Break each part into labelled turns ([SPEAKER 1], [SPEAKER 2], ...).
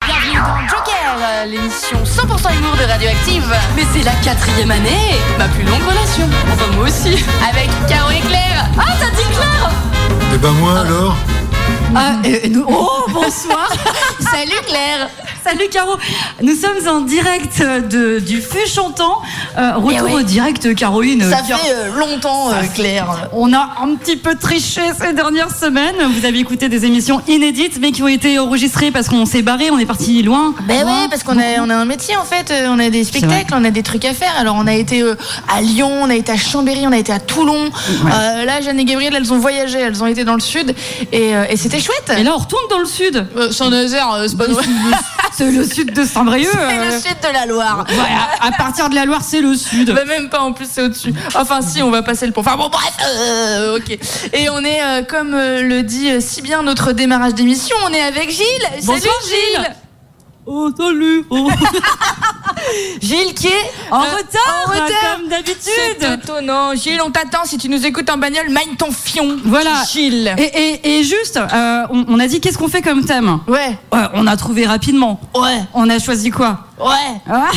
[SPEAKER 1] à euh, l'émission 100% humour de Radioactive. Mais c'est la quatrième année, ma plus longue relation. Enfin, moi aussi. Avec Caro et Claire. Ah, t'as dit Claire
[SPEAKER 2] Eh ben moi alors
[SPEAKER 3] Ah, euh, nous- Oh, bonsoir
[SPEAKER 1] Salut Claire
[SPEAKER 3] Salut Caro Nous sommes en direct euh, de, du Feu Chantant. Euh, retour
[SPEAKER 1] Eh oui.
[SPEAKER 3] au direct, Caroline.
[SPEAKER 1] Ça
[SPEAKER 3] Car-
[SPEAKER 1] fait euh, longtemps, euh, Claire.
[SPEAKER 3] On a un petit peu triché ces dernières semaines. Vous avez écouté des émissions inédites, mais qui ont été enregistrées parce qu'on s'est barré, on est parti loin.
[SPEAKER 1] Ben
[SPEAKER 3] Loin.
[SPEAKER 1] ouais, parce qu'on a, on a un métier en fait, euh, on a des spectacles, on a des trucs à faire. Alors on a été euh, à Lyon, on a été à Chambéry, on a été à Toulon. Euh, là, Jeanne et Gabriel, elles ont voyagé, elles ont été dans le sud et, euh, et c'était chouette.
[SPEAKER 3] Et là, on retourne dans le sud.
[SPEAKER 1] Euh, Saint-Nazaire, euh, c'est pas vrai.
[SPEAKER 3] C'est le sud de Saint-Brieuc.
[SPEAKER 1] C'est
[SPEAKER 3] euh,
[SPEAKER 1] le sud de la Loire.
[SPEAKER 3] voilà, à partir de la Loire, c'est le sud.
[SPEAKER 1] Bah même pas en plus c'est au-dessus. Enfin si on va passer le pont. Enfin bon bref, euh, ok. Et on est euh, comme euh, le dit euh, si bien notre démarrage d'émission, on est avec Gilles. Salut
[SPEAKER 3] Bonsoir,
[SPEAKER 1] Gilles.
[SPEAKER 3] Gilles. Oh, salut Oh.
[SPEAKER 1] Gilles qui est
[SPEAKER 3] En
[SPEAKER 1] euh,
[SPEAKER 3] retard,
[SPEAKER 1] en retard.
[SPEAKER 3] Ah, comme
[SPEAKER 1] C'est
[SPEAKER 3] d'habitude.
[SPEAKER 1] étonnant. Gilles, on t'attend. Si tu nous écoutes en bagnole, mine ton fion.
[SPEAKER 3] Voilà.
[SPEAKER 1] Gilles.
[SPEAKER 3] Et, et- et juste, euh, on, on a dit qu'est-ce qu'on fait comme thème
[SPEAKER 1] Ouais,
[SPEAKER 3] Ouais, On a trouvé rapidement.
[SPEAKER 1] ouais,
[SPEAKER 3] On a choisi quoi
[SPEAKER 1] ouais.
[SPEAKER 3] Ah.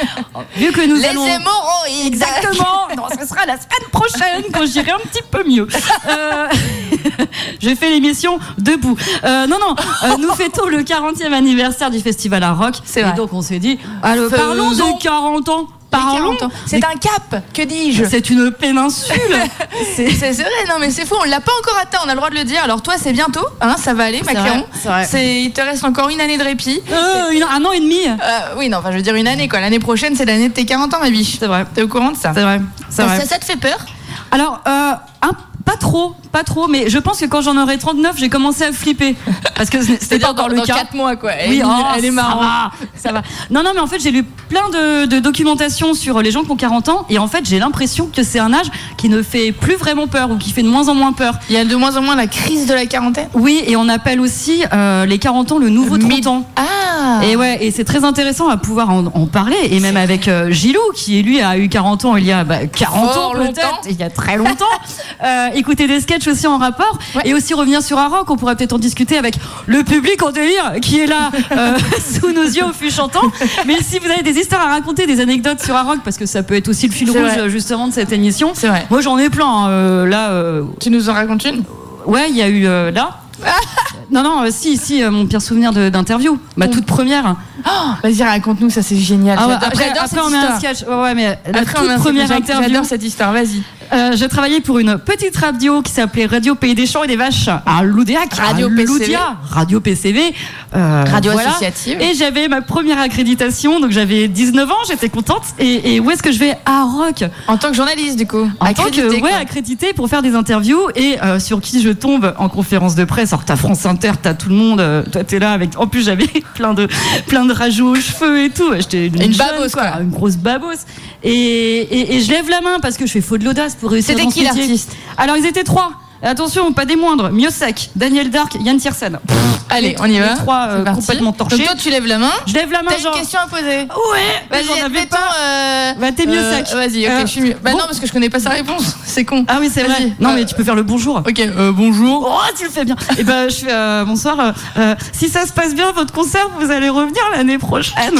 [SPEAKER 3] Vu que nous
[SPEAKER 1] Les
[SPEAKER 3] allons
[SPEAKER 1] hémorroïdes.
[SPEAKER 3] Exactement. Non, ce sera la semaine prochaine quand j'irai un petit peu mieux. Euh, J'ai fait l'émission debout. Euh, non, non, euh, nous fêtons le 40e anniversaire du Festival à Rock.
[SPEAKER 1] C'est vrai.
[SPEAKER 3] Et donc on s'est dit, alors, parlons
[SPEAKER 1] Faisons
[SPEAKER 3] de 40 ans.
[SPEAKER 1] Les
[SPEAKER 3] Parlons.
[SPEAKER 1] 40 ans. C'est un cap, que dis-je
[SPEAKER 3] C'est une péninsule.
[SPEAKER 1] C'est c'est vrai, non mais c'est fou, on l'a pas encore atteint, on a le droit de le dire. Alors toi, c'est bientôt, hein, ça va aller, Macron.
[SPEAKER 3] vrai, c'est vrai.
[SPEAKER 1] C'est, il te reste encore une année de répit.
[SPEAKER 3] Euh, une- un an et demi.
[SPEAKER 1] Euh, oui, non, enfin, je veux dire une année, quoi. L'année prochaine, c'est l'année de tes 40 ans, ma biche.
[SPEAKER 3] C'est vrai.
[SPEAKER 1] T'es au courant de ça
[SPEAKER 3] C'est vrai. C'est vrai.
[SPEAKER 1] Ah, Ça, ça te fait peur
[SPEAKER 3] Alors, euh, un- pas trop, pas trop, mais je pense que quand j'en aurai 39, j'ai commencé à flipper. Parce que ce n- c'était pas encore le
[SPEAKER 1] dans
[SPEAKER 3] cas.
[SPEAKER 1] 4 mois, quoi.
[SPEAKER 3] Oui,
[SPEAKER 1] elle,
[SPEAKER 3] oh,
[SPEAKER 1] elle est
[SPEAKER 3] ça
[SPEAKER 1] marrante.
[SPEAKER 3] va, Ça va. Non, non, mais en fait, j'ai lu plein de, de documentation sur les gens qui ont 40 ans, et en fait, j'ai l'impression que c'est un âge qui ne fait plus vraiment peur, ou qui fait de moins en moins peur.
[SPEAKER 1] Il y a de moins en moins la crise de la quarantaine.
[SPEAKER 3] Oui, et on appelle aussi euh, les 40 ans le nouveau 30 ans.
[SPEAKER 1] Ah
[SPEAKER 3] Et ouais, et c'est très intéressant à pouvoir en, en parler, et même avec euh, Gilou, qui lui a eu 40 ans il y a bah, 40
[SPEAKER 1] Fort
[SPEAKER 3] ans
[SPEAKER 1] longtemps.
[SPEAKER 3] peut-être, il y a très longtemps. Euh, écouter des sketchs aussi en rapport,
[SPEAKER 1] Ouais.
[SPEAKER 3] et aussi revenir sur un rock, on pourrait peut-être en discuter avec le public en délire qui est là euh, sous nos yeux au fût chantant. Mais si vous avez des histoires à raconter, des anecdotes sur un rock, parce que ça peut être aussi le fil
[SPEAKER 1] C'est
[SPEAKER 3] rouge
[SPEAKER 1] vrai.
[SPEAKER 3] euh, justement de cette émission.
[SPEAKER 1] C'est vrai.
[SPEAKER 3] Moi j'en ai plein, hein, euh, là. euh,
[SPEAKER 1] Tu nous en racontes une
[SPEAKER 3] Ouais, il y a eu euh, là. Non, non, euh, si, si, euh, mon pire souvenir de- d'interview, ma toute première.
[SPEAKER 1] Oh, Vas-y, raconte-nous, ça c'est génial.
[SPEAKER 3] Ah ouais,
[SPEAKER 1] J'adore-
[SPEAKER 3] après,
[SPEAKER 1] j'adore
[SPEAKER 3] après,
[SPEAKER 1] cette
[SPEAKER 3] on met un
[SPEAKER 1] histoire.
[SPEAKER 3] sketch. Ouais, ouais, mais la
[SPEAKER 1] Après, on met
[SPEAKER 3] toute
[SPEAKER 1] un-
[SPEAKER 3] première
[SPEAKER 1] j'adore-
[SPEAKER 3] interview.
[SPEAKER 1] J'adore cette histoire, vas-y.
[SPEAKER 3] Euh, je travaillais pour une petite radio qui s'appelait Radio Pays des Champs et des Vaches à Loudéac,
[SPEAKER 1] Radio
[SPEAKER 3] à
[SPEAKER 1] PCV.
[SPEAKER 3] Loudia, Radio PCV, euh,
[SPEAKER 1] Radio
[SPEAKER 3] voilà.
[SPEAKER 1] associative.
[SPEAKER 3] Et j'avais ma première accréditation, donc j'avais 19 ans, j'étais contente. Et, et où est-ce que je vais à Rock
[SPEAKER 1] En tant que journaliste, du coup.
[SPEAKER 3] en tant que
[SPEAKER 1] Accrédité,
[SPEAKER 3] ouais,
[SPEAKER 1] quoi.
[SPEAKER 3] accrédité pour faire des interviews et euh, sur qui je tombe en conférence de presse. Alors que t'as France Inter, t'as tout le monde, euh, toi t'es là avec. En plus j'avais plein de plein de rajots aux cheveux et tout. J'étais une,
[SPEAKER 1] Une
[SPEAKER 3] jeune,
[SPEAKER 1] babose, quoi.
[SPEAKER 3] Ah, une grosse babose. Et, et, et je lève la main parce que je fais faux de l'audace pour réussir.
[SPEAKER 1] C'était
[SPEAKER 3] dans
[SPEAKER 1] qui
[SPEAKER 3] ce métier.
[SPEAKER 1] l'artiste
[SPEAKER 3] Alors ils étaient trois. Attention, pas des moindres. Miossec, Daniel Dark, Yann Tiersen.
[SPEAKER 1] Allez, on y va.
[SPEAKER 3] Les trois euh,
[SPEAKER 1] C'est parti.
[SPEAKER 3] complètement torchés.
[SPEAKER 1] Donc toi, tu lèves la main.
[SPEAKER 3] Je lève la main
[SPEAKER 1] T'as une
[SPEAKER 3] genre.
[SPEAKER 1] question à poser.
[SPEAKER 3] Ouais. mais
[SPEAKER 1] Vas-y,
[SPEAKER 3] J'en avais
[SPEAKER 1] admettons,
[SPEAKER 3] pas.
[SPEAKER 1] euh,
[SPEAKER 3] Bah, t'es mieux sec.
[SPEAKER 1] Vas-y, ok,
[SPEAKER 3] Euh,
[SPEAKER 1] je suis mieux. Bah
[SPEAKER 3] bon.
[SPEAKER 1] non, parce que je connais pas sa réponse. C'est con.
[SPEAKER 3] Ah oui c'est
[SPEAKER 1] Vas-y.
[SPEAKER 3] vrai. Non
[SPEAKER 1] Euh,
[SPEAKER 3] mais tu peux faire le bonjour.
[SPEAKER 1] Ok, euh, bonjour.
[SPEAKER 3] Oh, tu le fais bien. Et ben, je fais euh, bonsoir. euh, euh, si ça se passe bien, votre concert, vous allez revenir l'année prochaine.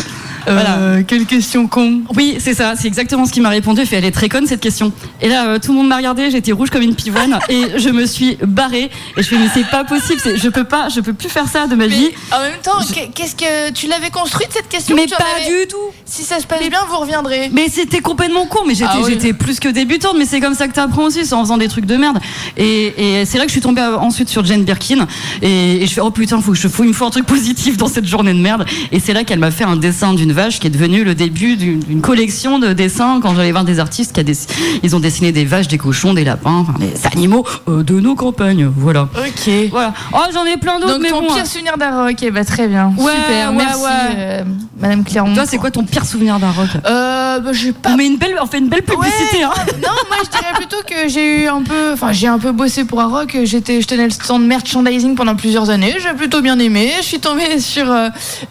[SPEAKER 3] Voilà.
[SPEAKER 1] Euh, quelle question con.
[SPEAKER 3] Oui, c'est ça, c'est exactement ce qu'il m'a répondu. Il fait, elle est très conne cette question. Et là, euh, tout le monde m'a regardé, j'étais rouge comme une pivoine et je me suis barrée. Et je fais, mais c'est pas possible, c'est- je peux pas, je peux plus faire ça de ma vie.
[SPEAKER 1] Mais en même temps, qu'est- qu'est-ce que tu l'avais construite cette question
[SPEAKER 3] Mais
[SPEAKER 1] tu en
[SPEAKER 3] pas
[SPEAKER 1] avais-
[SPEAKER 3] du tout.
[SPEAKER 1] Si ça se passe bien, vous reviendrez.
[SPEAKER 3] Mais c'était complètement con, mais j'étais
[SPEAKER 1] Ah oui.
[SPEAKER 3] j'étais plus que débutante, mais c'est comme ça que t'apprends aussi, c'est en faisant des trucs de merde. Et, et c'est là que je suis tombée euh, ensuite sur Jane Birkin, et, et je fais oh putain, faut que je, faut, il me faut un truc positif dans cette journée de merde. Et c'est là qu'elle m'a fait un dessin d'une vache qui est devenu le début d'une d'une collection de dessins quand j'allais voir des artistes qui a des- ils ont dessiné des vaches, des cochons, des lapins, enfin, des animaux euh, de nos campagnes, voilà.
[SPEAKER 1] Ok.
[SPEAKER 3] Voilà. Oh j'en ai plein d'autres,
[SPEAKER 1] Donc
[SPEAKER 3] mais
[SPEAKER 1] ton
[SPEAKER 3] bon. hein.
[SPEAKER 1] pire souvenir d'un rock, eh bah, très bien.
[SPEAKER 3] Ouais,
[SPEAKER 1] Super,
[SPEAKER 3] ouais,
[SPEAKER 1] merci,
[SPEAKER 3] ouais.
[SPEAKER 1] euh, Madame Clermont.
[SPEAKER 3] hein. Toi, c'est quoi ton pire souvenir d'un rock
[SPEAKER 1] Euh, bah, j'ai pas
[SPEAKER 3] on, met une belle, on fait une belle publicité, hein.
[SPEAKER 1] Non, moi je dirais plutôt que j'ai eu un peu, enfin j'ai un peu bossé pour Aroc. J'étais, je tenais le stand merchandising pendant plusieurs années. J'ai plutôt bien aimé. Je suis tombée sur euh,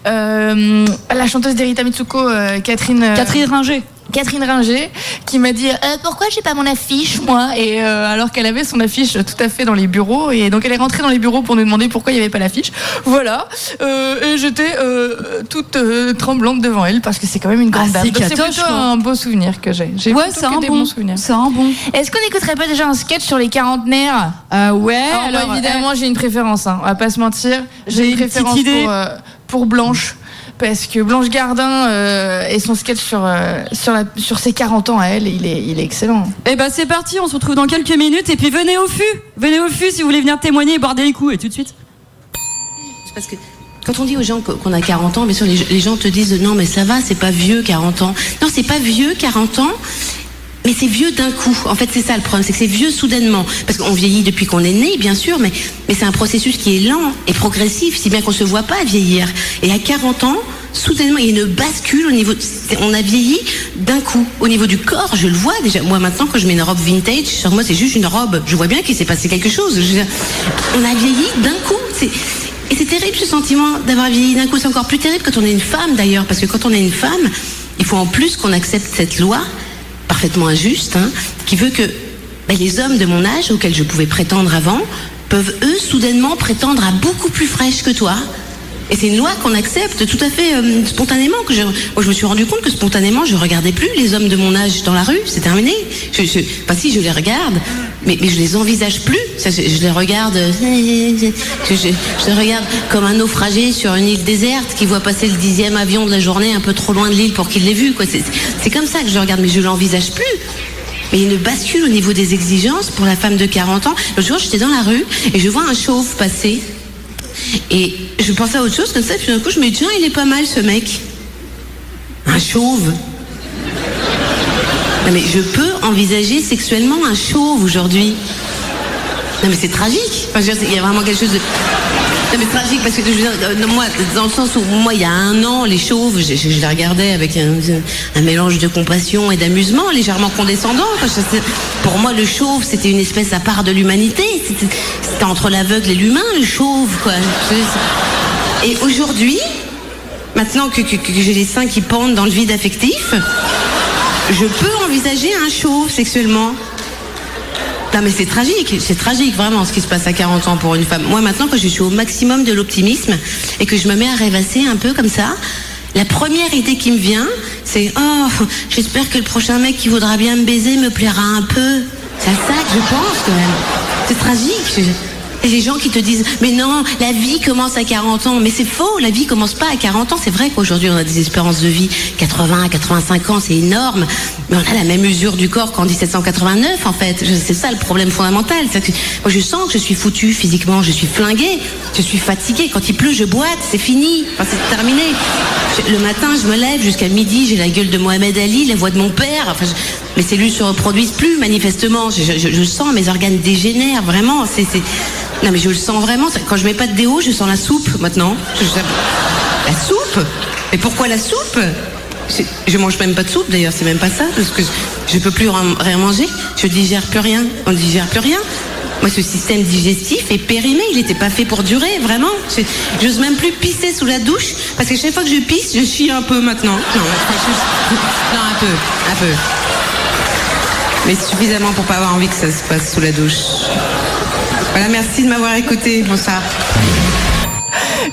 [SPEAKER 1] euh, la chanteuse des Jerita Mitsuko, euh, Catherine. euh,
[SPEAKER 3] Catherine Ringer.
[SPEAKER 1] Catherine Ringer qui m'a dit Euh, pourquoi j'ai pas mon affiche moi et euh, alors qu'elle avait son affiche tout à fait dans les bureaux et donc elle est rentrée dans les bureaux pour nous demander pourquoi il n'y avait pas l'affiche voilà Euh, et j'étais euh, toute euh, tremblante devant elle parce que c'est quand même une grande
[SPEAKER 3] Ah,
[SPEAKER 1] dame
[SPEAKER 3] c'est
[SPEAKER 1] Donc, c'est
[SPEAKER 3] Katoche,
[SPEAKER 1] plutôt
[SPEAKER 3] quoi.
[SPEAKER 1] un beau souvenir que j'ai j'ai
[SPEAKER 3] Ouais,
[SPEAKER 1] plutôt
[SPEAKER 3] c'est
[SPEAKER 1] que
[SPEAKER 3] un,
[SPEAKER 1] des
[SPEAKER 3] bon.
[SPEAKER 1] bons souvenirs
[SPEAKER 3] C'est un bon.
[SPEAKER 1] est-ce qu'on n'écouterait pas déjà un sketch sur les quarantenaires
[SPEAKER 3] Ah ouais,
[SPEAKER 1] Euh, alors, moi, évidemment, j'ai une préférence, hein, on va pas se mentir.
[SPEAKER 3] J'ai
[SPEAKER 1] J'ai une
[SPEAKER 3] une petite
[SPEAKER 1] préférence
[SPEAKER 3] idée.
[SPEAKER 1] Pour, euh, pour Blanche. Parce que Blanche Gardin euh, et son sketch sur, euh, sur, la- sur ses 40 ans à elle, il est, il est excellent.
[SPEAKER 3] Eh ben c'est parti, on se retrouve dans quelques minutes et puis venez au fût, venez au fût si vous voulez venir témoigner et boire des coups et tout de suite.
[SPEAKER 2] C'est Parce que quand on dit aux gens qu- qu'on a 40 ans, bien sûr, les, les gens te disent non, mais ça va, c'est pas vieux 40 ans. Non, c'est pas vieux 40 ans. Mais c'est vieux d'un coup. En fait, c'est ça le problème, c'est que c'est vieux soudainement. Parce qu'on vieillit depuis qu'on est né, bien sûr, mais, mais c'est un processus qui est lent et progressif, si bien qu'on se voit pas vieillir. Et à 40 ans, soudainement, il y a une bascule au niveau. c'est- On a vieilli d'un coup. Au niveau du corps, je le vois déjà. Moi, maintenant, quand je mets une robe vintage, sur moi, c'est juste une robe. Je vois bien qu'il s'est passé quelque chose. Je veux dire, on a vieilli d'un coup. C'est. Et c'est terrible ce sentiment d'avoir vieilli d'un coup. C'est encore plus terrible quand on est une femme d'ailleurs, parce que quand on est une femme, il faut en plus qu'on accepte cette loi parfaitement injuste, hein, qui veut que ben, les hommes de mon âge, auxquels je pouvais prétendre avant, peuvent eux soudainement prétendre à beaucoup plus fraîche que toi. Et c'est une loi qu'on accepte tout à fait euh, spontanément. Que je, moi, je me suis rendu compte que spontanément, je regardais plus les hommes de mon âge dans la rue. C'est terminé. Je, je, enfin, si je les regarde, mais, mais je les envisage plus. Ça, je, je les regarde. euh, je, je- je les regarde comme un naufragé sur une île déserte qui voit passer le dixième avion de la journée un peu trop loin de l'île pour qu'il l'ait vu. quoi. C'est- C'est comme ça que je le regarde, mais je l'envisage plus. Mais il y a une bascule au niveau des exigences pour la femme de 40 ans. L'autre jour, j'étais dans la rue et je vois un chauve passer. Et je pensais à autre chose comme ça, puis d'un coup, je me dis, tiens, il est pas mal ce mec. Un chauve. Non, mais je peux envisager sexuellement un chauve aujourd'hui. Non, mais c'est tragique. Enfin, je veux dire, c'est- il y a vraiment quelque chose de. Non, mais tragique parce que je veux dire, euh, non, moi, dans le sens où moi, il y a un an, les chauves, je, je- je les regardais avec un, un mélange de compassion et d'amusement, légèrement condescendant. quoi. Je- c'est- Pour moi, le chauve, c'était une espèce à part de l'humanité. C'était c'était entre l'aveugle et l'humain, le chauve, quoi. Je- Et aujourd'hui, maintenant que, que- que j'ai les seins qui pendent dans le vide affectif, je peux envisager un chauve sexuellement. Non mais c'est tragique, c'est tragique vraiment ce qui se passe à 40 ans pour une femme. Moi maintenant quand je suis au maximum de l'optimisme et que je me mets à rêvasser un peu comme ça, la première idée qui me vient, c'est oh j'espère que le prochain mec qui voudra bien me baiser me plaira un peu. C'est à ça que je pense quand même. C'est tragique. Et les gens qui te disent mais non la vie commence à 40 ans mais c'est faux la vie commence pas à 40 ans c'est vrai qu'aujourd'hui on a des espérances de vie 80 à 85 ans c'est énorme mais on a la même usure du corps qu'en 1789 en fait Je- c'est ça le problème fondamental C'est que moi je sens que je suis foutue physiquement je suis flinguée je suis fatiguée quand il pleut je boite c'est fini Enfin, c'est terminé Je- le matin je me lève jusqu'à midi j'ai la gueule de Mohamed Ali la voix de mon père Enfin, je- mes cellules se reproduisent plus manifestement. Je, je- je sens mes organes dégénèrent vraiment. C'est, c'est- Non mais je le sens vraiment. Ça- Quand je mets pas de déo, je sens la soupe maintenant. Je- je- La soupe Mais pourquoi la soupe je, je mange même pas de soupe d'ailleurs, c'est même pas ça, parce que je, je peux plus ren- rien manger. Je digère plus rien. On digère plus rien. Moi, ce système digestif est périmé. Il n'était pas fait pour durer, vraiment. Je- J'ose même plus pisser sous la douche parce que chaque fois que je pisse, je chie un peu maintenant. Non, je- non un peu, un peu. Mais suffisamment pour pas avoir envie que ça se passe sous la douche. Voilà, merci de m'avoir écouté. Bonsoir.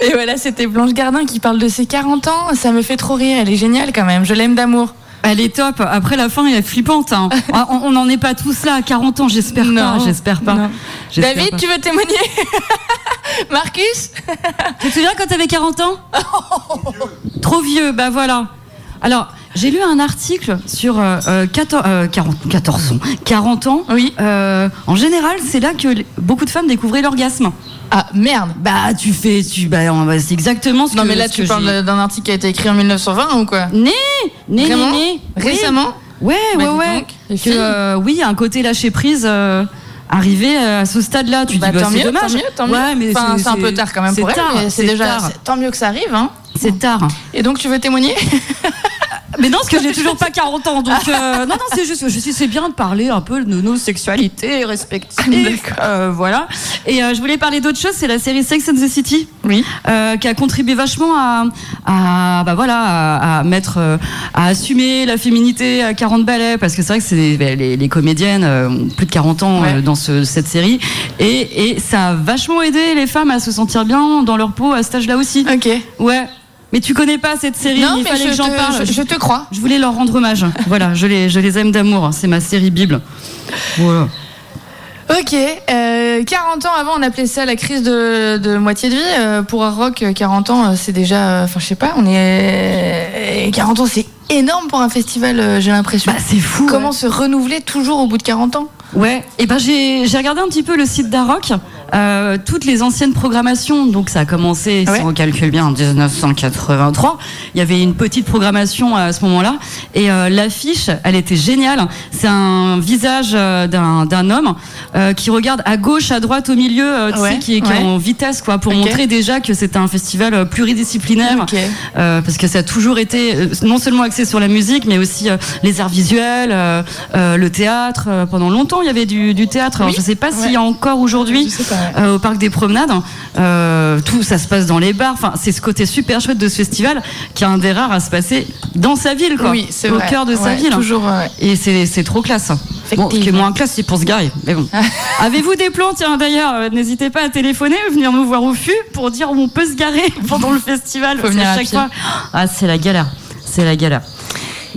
[SPEAKER 1] Et voilà, c'était Blanche Gardin qui parle de ses 40 ans. Ça me fait trop rire, elle est géniale quand même. Je l'aime d'amour.
[SPEAKER 3] Elle est top. Après la fin, elle est flippante. hein. Ah, on on n'en est pas tous là à 40 ans, j'espère pas.
[SPEAKER 1] Non.
[SPEAKER 3] J'espère pas.
[SPEAKER 1] Non.
[SPEAKER 3] J'espère
[SPEAKER 1] David,
[SPEAKER 3] pas.
[SPEAKER 1] tu veux témoigner Marcus
[SPEAKER 3] Tu te souviens quand t'avais 40 ans Trop vieux, bah voilà. Alors, j'ai lu un article sur euh, euh, 14, euh, 40, 14 ans. 40 ans.
[SPEAKER 1] Oui.
[SPEAKER 3] Euh, en général, c'est là que les- beaucoup de femmes découvraient l'orgasme.
[SPEAKER 1] Ah merde
[SPEAKER 3] Bah, tu fais. Tu, bah, on- bah, c'est exactement ce
[SPEAKER 1] Non
[SPEAKER 3] que
[SPEAKER 1] mais là
[SPEAKER 3] ce
[SPEAKER 1] tu
[SPEAKER 3] que j'ai-
[SPEAKER 1] parles d'un article qui a été écrit en 1920 ou quoi
[SPEAKER 3] Né, né, né,
[SPEAKER 1] Vraiment
[SPEAKER 3] né. Oui.
[SPEAKER 1] Récemment
[SPEAKER 3] Ouais, ouais,
[SPEAKER 1] Bah, dis
[SPEAKER 3] ouais.
[SPEAKER 1] donc, les
[SPEAKER 3] Que,
[SPEAKER 1] filles.
[SPEAKER 3] euh, oui, il y a un côté lâcher prise. euh, Arrivé euh, à ce stade-là, tu
[SPEAKER 1] Bah,
[SPEAKER 3] dis bah,
[SPEAKER 1] tant
[SPEAKER 3] c'est
[SPEAKER 1] mieux,
[SPEAKER 3] dommage.
[SPEAKER 1] tant mieux, tant mieux.
[SPEAKER 3] Ouais, mais
[SPEAKER 1] Enfin, c'est un peu tard quand même
[SPEAKER 3] c'est
[SPEAKER 1] pour elle,
[SPEAKER 3] tard,
[SPEAKER 1] mais c'est déjà
[SPEAKER 3] tard.
[SPEAKER 1] c'est- tant mieux que ça arrive. Hein.
[SPEAKER 3] C'est tard.
[SPEAKER 1] Et donc tu veux témoigner
[SPEAKER 3] Mais non, parce que j'ai toujours pas 40 ans. Donc, euh, non, non, c'est juste que je suis, c'est bien de parler un peu de nos sexualités respectives. Euh, voilà. Et euh, je voulais parler d'autre chose, c'est la série Sex and the City.
[SPEAKER 1] Oui.
[SPEAKER 3] euh, qui a contribué vachement à, à- bah voilà, à, à mettre, euh, à assumer la féminité à 40 balais, parce que c'est vrai que c'est bah, les, les comédiennes euh, ont plus de 40 ans
[SPEAKER 1] Ouais.
[SPEAKER 3] euh, dans ce- cette série, et, et ça a vachement aidé les femfemmes à se sentir bien dans leur peau à cet âge-là aussi.
[SPEAKER 1] Ok.
[SPEAKER 3] Ouais. Mais tu connais pas cette série,
[SPEAKER 1] Non,
[SPEAKER 3] il
[SPEAKER 1] mais
[SPEAKER 3] fallait
[SPEAKER 1] je,
[SPEAKER 3] que j'en
[SPEAKER 1] te,
[SPEAKER 3] parle.
[SPEAKER 1] je- je te crois.
[SPEAKER 3] Je voulais leur rendre hommage. Voilà, je les, je les aime d'amour. C'est ma série Bible. Voilà.
[SPEAKER 1] Ok, euh, 40 ans avant, on appelait ça la crise de, de moitié de vie. Euh, pour un rock, euh, 40 ans, euh, c'est déjà. euh, Enfin, je sais pas, on est. euh, 40 ans, c'est énorme pour un festival, euh, j'ai l'impression.
[SPEAKER 3] Bah, c'est fou.
[SPEAKER 1] Comment
[SPEAKER 3] ouais.
[SPEAKER 1] se renouveler toujours au bout de 40 ans
[SPEAKER 3] Ouais, et ben j'ai j'ai regardé un petit peu le site d'Aroc, euh, toutes les anciennes programmations, donc ça a commencé,
[SPEAKER 1] Ouais.
[SPEAKER 3] si on calcule bien, en 1983, il y avait une petite programmation euh, à ce moment-là, et euh, l'affiche, elle était géniale, c'est un visage euh, d'un d'un homme euh, qui regarde à gauche, à droite, au milieu, euh, tu
[SPEAKER 1] Ouais,
[SPEAKER 3] sais, qui est, qui est
[SPEAKER 1] ouais.
[SPEAKER 3] en vitesse, quoi, pour
[SPEAKER 1] Ok.
[SPEAKER 3] montrer déjà que c'était un festival euh, pluridisciplinaire,
[SPEAKER 1] Ok.
[SPEAKER 3] euh, parce que ça a toujours été euh, non seulement axé sur la musique, mais aussi euh, les arts visuels, euh, euh, le théâtre. Euh, Pendant longtemps, il y avait du, du théâtre. Alors,
[SPEAKER 1] Oui.
[SPEAKER 3] je ne sais pas s'il
[SPEAKER 1] Ouais.
[SPEAKER 3] y a encore
[SPEAKER 1] Je
[SPEAKER 3] aujourd'hui
[SPEAKER 1] sais pas, ouais.
[SPEAKER 3] euh, au parc des promenades. Euh, tout ça se passe dans les bars. Enfin, c'est ce côté super chouette de ce festival qui est un des rares à se passer dans sa ville, quoi,
[SPEAKER 1] Oui, c'est
[SPEAKER 3] au
[SPEAKER 1] vrai.
[SPEAKER 3] cœur de sa
[SPEAKER 1] Ouais,
[SPEAKER 3] ville. hein.
[SPEAKER 1] Toujours, ouais.
[SPEAKER 3] Et c'est c'est trop classe. Bon, ce qui est
[SPEAKER 1] Effectivement.
[SPEAKER 3] moins classe, c'est pour se garer. Mais bon. Avez-vous des plans Tiens, d'ailleurs, euh, n'hésitez pas à téléphoner ou venir nous voir au FU pour dire où on peut se garer pendant le festival. parce
[SPEAKER 1] venir
[SPEAKER 3] qu'à
[SPEAKER 1] à
[SPEAKER 3] chaque
[SPEAKER 1] pied.
[SPEAKER 3] fois. Ah, c'est la galère. C'est la galère.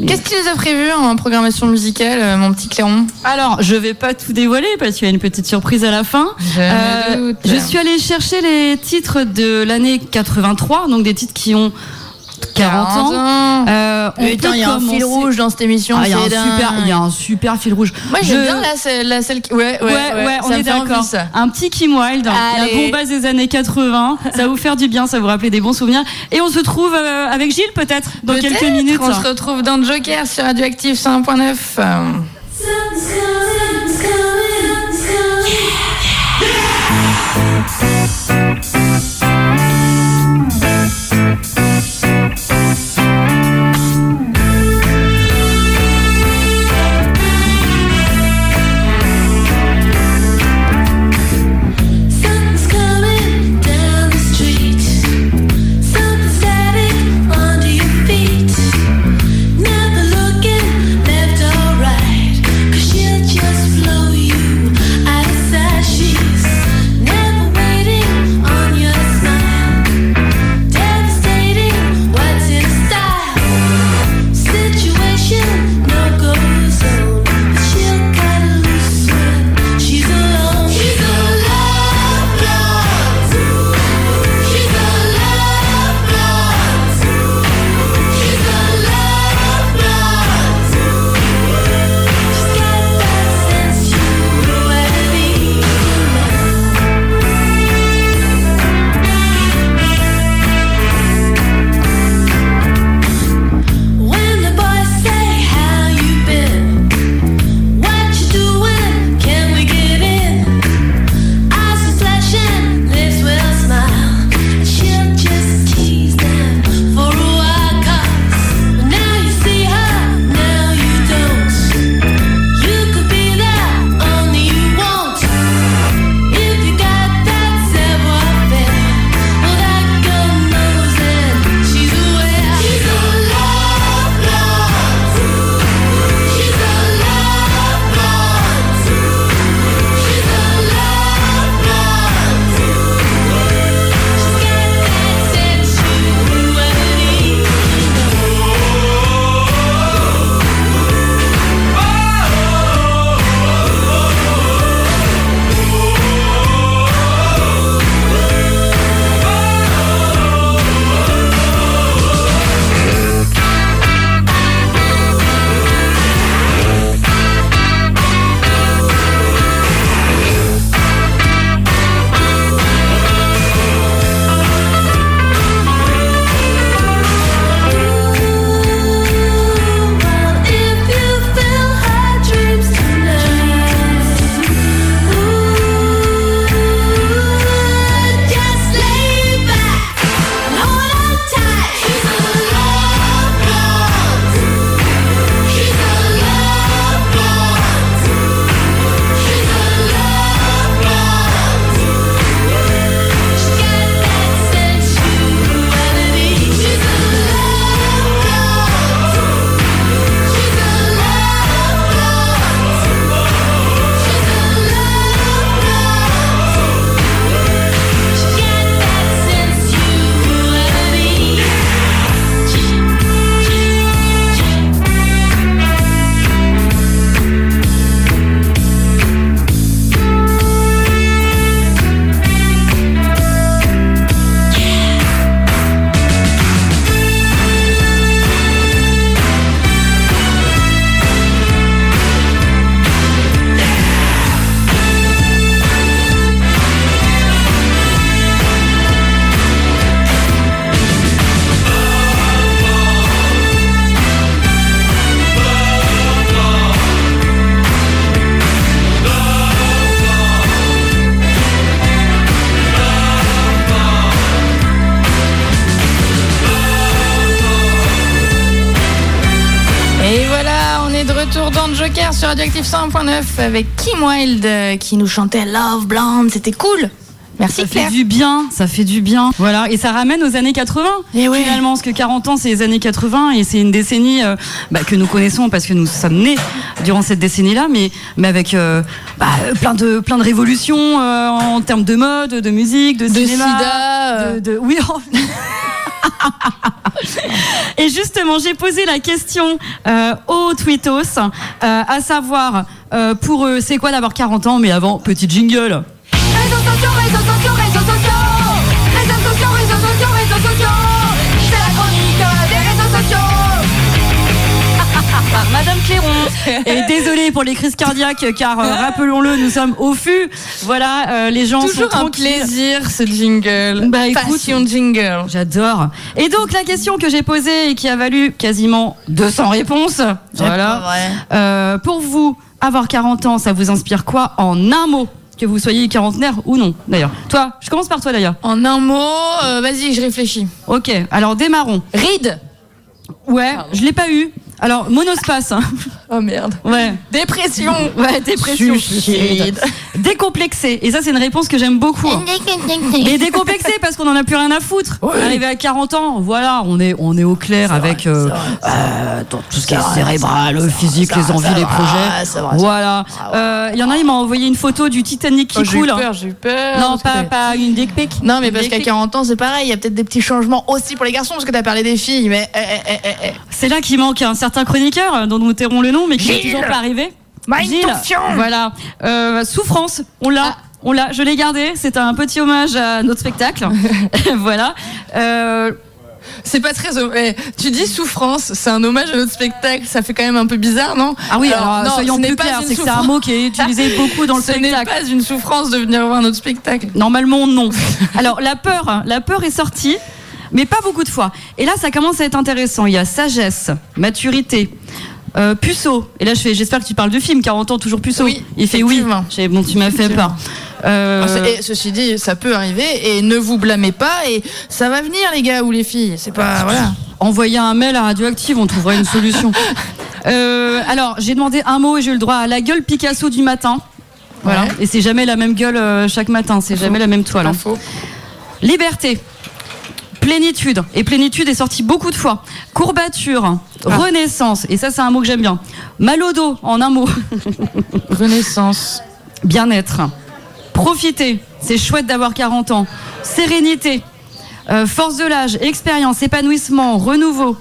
[SPEAKER 1] Qu'est-ce qu'ils nous a prévu en programmation musicale, euh, mon petit Cléon
[SPEAKER 3] Alors, je vais pas tout dévoiler parce qu'il y a une petite surprise à la fin. Euh,
[SPEAKER 1] Je me doute.
[SPEAKER 3] je suis allée chercher les titres de l'année 83, donc des titres qui ont 40, ans.
[SPEAKER 1] ans.
[SPEAKER 3] Euh, on
[SPEAKER 1] Putain,
[SPEAKER 3] peut
[SPEAKER 1] il y a un fil
[SPEAKER 3] commencer-
[SPEAKER 1] rouge dans cette émission.
[SPEAKER 3] Ah, il y a un
[SPEAKER 1] c'est dingue.
[SPEAKER 3] super, il y a un super fil rouge.
[SPEAKER 1] Moi, j'aime
[SPEAKER 3] Je-
[SPEAKER 1] bien la, celle- la celle qui. Ouais, ouais,
[SPEAKER 3] Ouais,
[SPEAKER 1] ouais,
[SPEAKER 3] ouais,
[SPEAKER 1] ça
[SPEAKER 3] on
[SPEAKER 1] me
[SPEAKER 3] est
[SPEAKER 1] fait envie,
[SPEAKER 3] d'accord.
[SPEAKER 1] ça.
[SPEAKER 3] Un petit Kim Wilde, hein.
[SPEAKER 1] Allez.
[SPEAKER 3] la bombasse des années 80, ça va vous faire du bien, ça va vous rappeler des bons souvenirs. Et on se retrouve euh, avec Gilles peut-être dans
[SPEAKER 1] Peut-être
[SPEAKER 3] quelques minutes.
[SPEAKER 1] On se retrouve dans Joker sur Radioactive 101.9. Euh,
[SPEAKER 4] Something's coming, something's coming, something's coming. Something's coming down the street. Something's static under your feet. Never looking left or right, 'cause she'll
[SPEAKER 1] est de retour dans le Joker sur Radioactive 101.9 avec Kim Wilde euh, qui nous chantait Love Blonde. C'était cool. Merci
[SPEAKER 3] Ça fait
[SPEAKER 1] Claire.
[SPEAKER 3] du bien, ça fait du bien. Voilà, et ça ramène aux années 80.
[SPEAKER 1] Eh ouais.
[SPEAKER 3] Finalement, parce que 40 ans, c'est les années 80 et c'est une décennie euh, bah, que nous connaissons parce que nous sommes nés durant cette décennie-là, mais, mais avec euh, bah, plein, de, plein de révolutions euh, en termes de mode, de musique, de, cinéma.
[SPEAKER 1] sida, euh.
[SPEAKER 3] de, de- Oui, oh. Et justement, j'ai posé la question euh, aux tweetos, euh, à savoir, euh, pour eux, c'est quoi d'avoir 40 ans, mais avant, petit jingle.
[SPEAKER 5] Réseaux sociaux, réseaux sociaux, réseaux sociaux Réseaux sociaux, réseaux sociaux, réseaux sociaux C'est la chronique des réseaux sociaux
[SPEAKER 3] par Madame Cléron. Et désolé pour les crises cardiaques, car euh, rappelons-le, nous sommes au fût. Voilà, euh, les gens sont
[SPEAKER 1] Ah. Toujours un
[SPEAKER 3] tranquilles.
[SPEAKER 1] plaisir ce jingle.
[SPEAKER 3] Bah, écoute-
[SPEAKER 1] Passion jingle.
[SPEAKER 3] J'adore. Et donc la question que j'ai posée et qui a valu quasiment 200 réponses,
[SPEAKER 1] pas
[SPEAKER 3] voilà.
[SPEAKER 1] vrai.
[SPEAKER 3] Euh, pour vous, avoir 40 ans, ça vous inspire quoi en un mot Que vous soyez quarantenaire ou non, d'ailleurs. Toi, je commence par toi d'ailleurs.
[SPEAKER 1] En un mot, euh, vas-y, je réfléchis.
[SPEAKER 3] Ok, alors démarrons.
[SPEAKER 1] Ride.
[SPEAKER 3] Ouais, je l'ai pas eu. Alors, monospace. hein.
[SPEAKER 1] Oh merde.
[SPEAKER 3] Ouais.
[SPEAKER 1] Dépression.
[SPEAKER 3] Ouais, dépression.
[SPEAKER 1] Suicide.
[SPEAKER 3] Décomplexé. Et ça, c'est une réponse que j'aime beaucoup. Mais décomplexé parce qu'on en a plus rien à foutre. Arrivé à 40 ans, voilà, on est, on est au clair avec euh, euh, dans tout ce qui est cérébral, physique, les envies, les projets. voilà.
[SPEAKER 1] Ah
[SPEAKER 3] Euh, Il y en a, il m'a envoyé une photo du Titanic qui
[SPEAKER 1] Oh, J'ai eu
[SPEAKER 3] coule. hein.
[SPEAKER 1] peur, j'ai eu peur.
[SPEAKER 3] Non,
[SPEAKER 1] Parce que
[SPEAKER 3] pas,
[SPEAKER 1] t'as-
[SPEAKER 3] pas une dick pic.
[SPEAKER 1] Non, mais
[SPEAKER 3] Une
[SPEAKER 1] parce
[SPEAKER 3] dick
[SPEAKER 1] qu'à
[SPEAKER 3] pic.
[SPEAKER 1] 40 ans, c'est pareil. Il y a peut-être des petits changements aussi pour les garçons, parce que t'as parlé des filles. Mais eh, eh, eh, eh, eh.
[SPEAKER 3] C'est là qu'il manque un certain chroniqueur euh, dont nous tairons le nom, mais qui n'est
[SPEAKER 1] Gilles.
[SPEAKER 3] toujours pas arrivé.
[SPEAKER 1] Mike Tourfion.
[SPEAKER 3] Voilà. Euh, souffrance, on l'a.
[SPEAKER 1] Ah.
[SPEAKER 3] On l'a, je l'ai gardé, c'est un petit hommage à notre spectacle. voilà. Euh,
[SPEAKER 1] c'est pas très. eh, tu dis souffrance, c'est un hommage à notre spectacle. Ça fait quand même un peu bizarre, non
[SPEAKER 3] ah oui,
[SPEAKER 1] Alors,
[SPEAKER 3] alors,
[SPEAKER 1] non,
[SPEAKER 3] soyons
[SPEAKER 1] ce n'est
[SPEAKER 3] plus
[SPEAKER 1] pas
[SPEAKER 3] clairs,
[SPEAKER 1] une
[SPEAKER 3] c'est que c'est un
[SPEAKER 1] souffrance.
[SPEAKER 3] mot qui est utilisé beaucoup dans le
[SPEAKER 1] Ce n'est
[SPEAKER 3] spectacle.
[SPEAKER 1] pas une souffrance de venir voir notre spectacle.
[SPEAKER 3] Normalement, non. Alors, la peur, hein. la peur est sortie, mais pas beaucoup de fois. Et là, ça commence à être intéressant. Il y a sagesse, maturité, euh, puceau. Et là, je fais, j'espère que tu parles du film, 40 ans, toujours puceau.
[SPEAKER 1] Oui,
[SPEAKER 3] Il fait oui.
[SPEAKER 1] effectivement. Ah,
[SPEAKER 3] J'ai- Bon, tu m'as fait peur. Euh,
[SPEAKER 1] Et ceci dit, ça peut arriver et ne vous blâmez pas. Et ça va venir, les gars ou les filles. C'est pas voilà.
[SPEAKER 3] envoyer un mail à Radioactive, on trouverait une solution. Euh, alors, j'ai demandé un mot et j'ai eu le droit à la gueule Picasso du matin. Voilà.
[SPEAKER 1] Ouais.
[SPEAKER 3] Et c'est jamais la même gueule euh, chaque matin, c'est jamais la même toile. hein.
[SPEAKER 1] Info.
[SPEAKER 3] Liberté. Plénitude. Et plénitude est sortie beaucoup de fois. Courbature.
[SPEAKER 1] Ah.
[SPEAKER 3] Renaissance. Et ça, c'est un mot que j'aime bien. Mal au dos, en un mot.
[SPEAKER 1] Renaissance.
[SPEAKER 3] Bien-être. Profiter. C'est chouette d'avoir 40 ans. Sérénité. Euh, force de l'âge. Expérience. Épanouissement. Renouveau.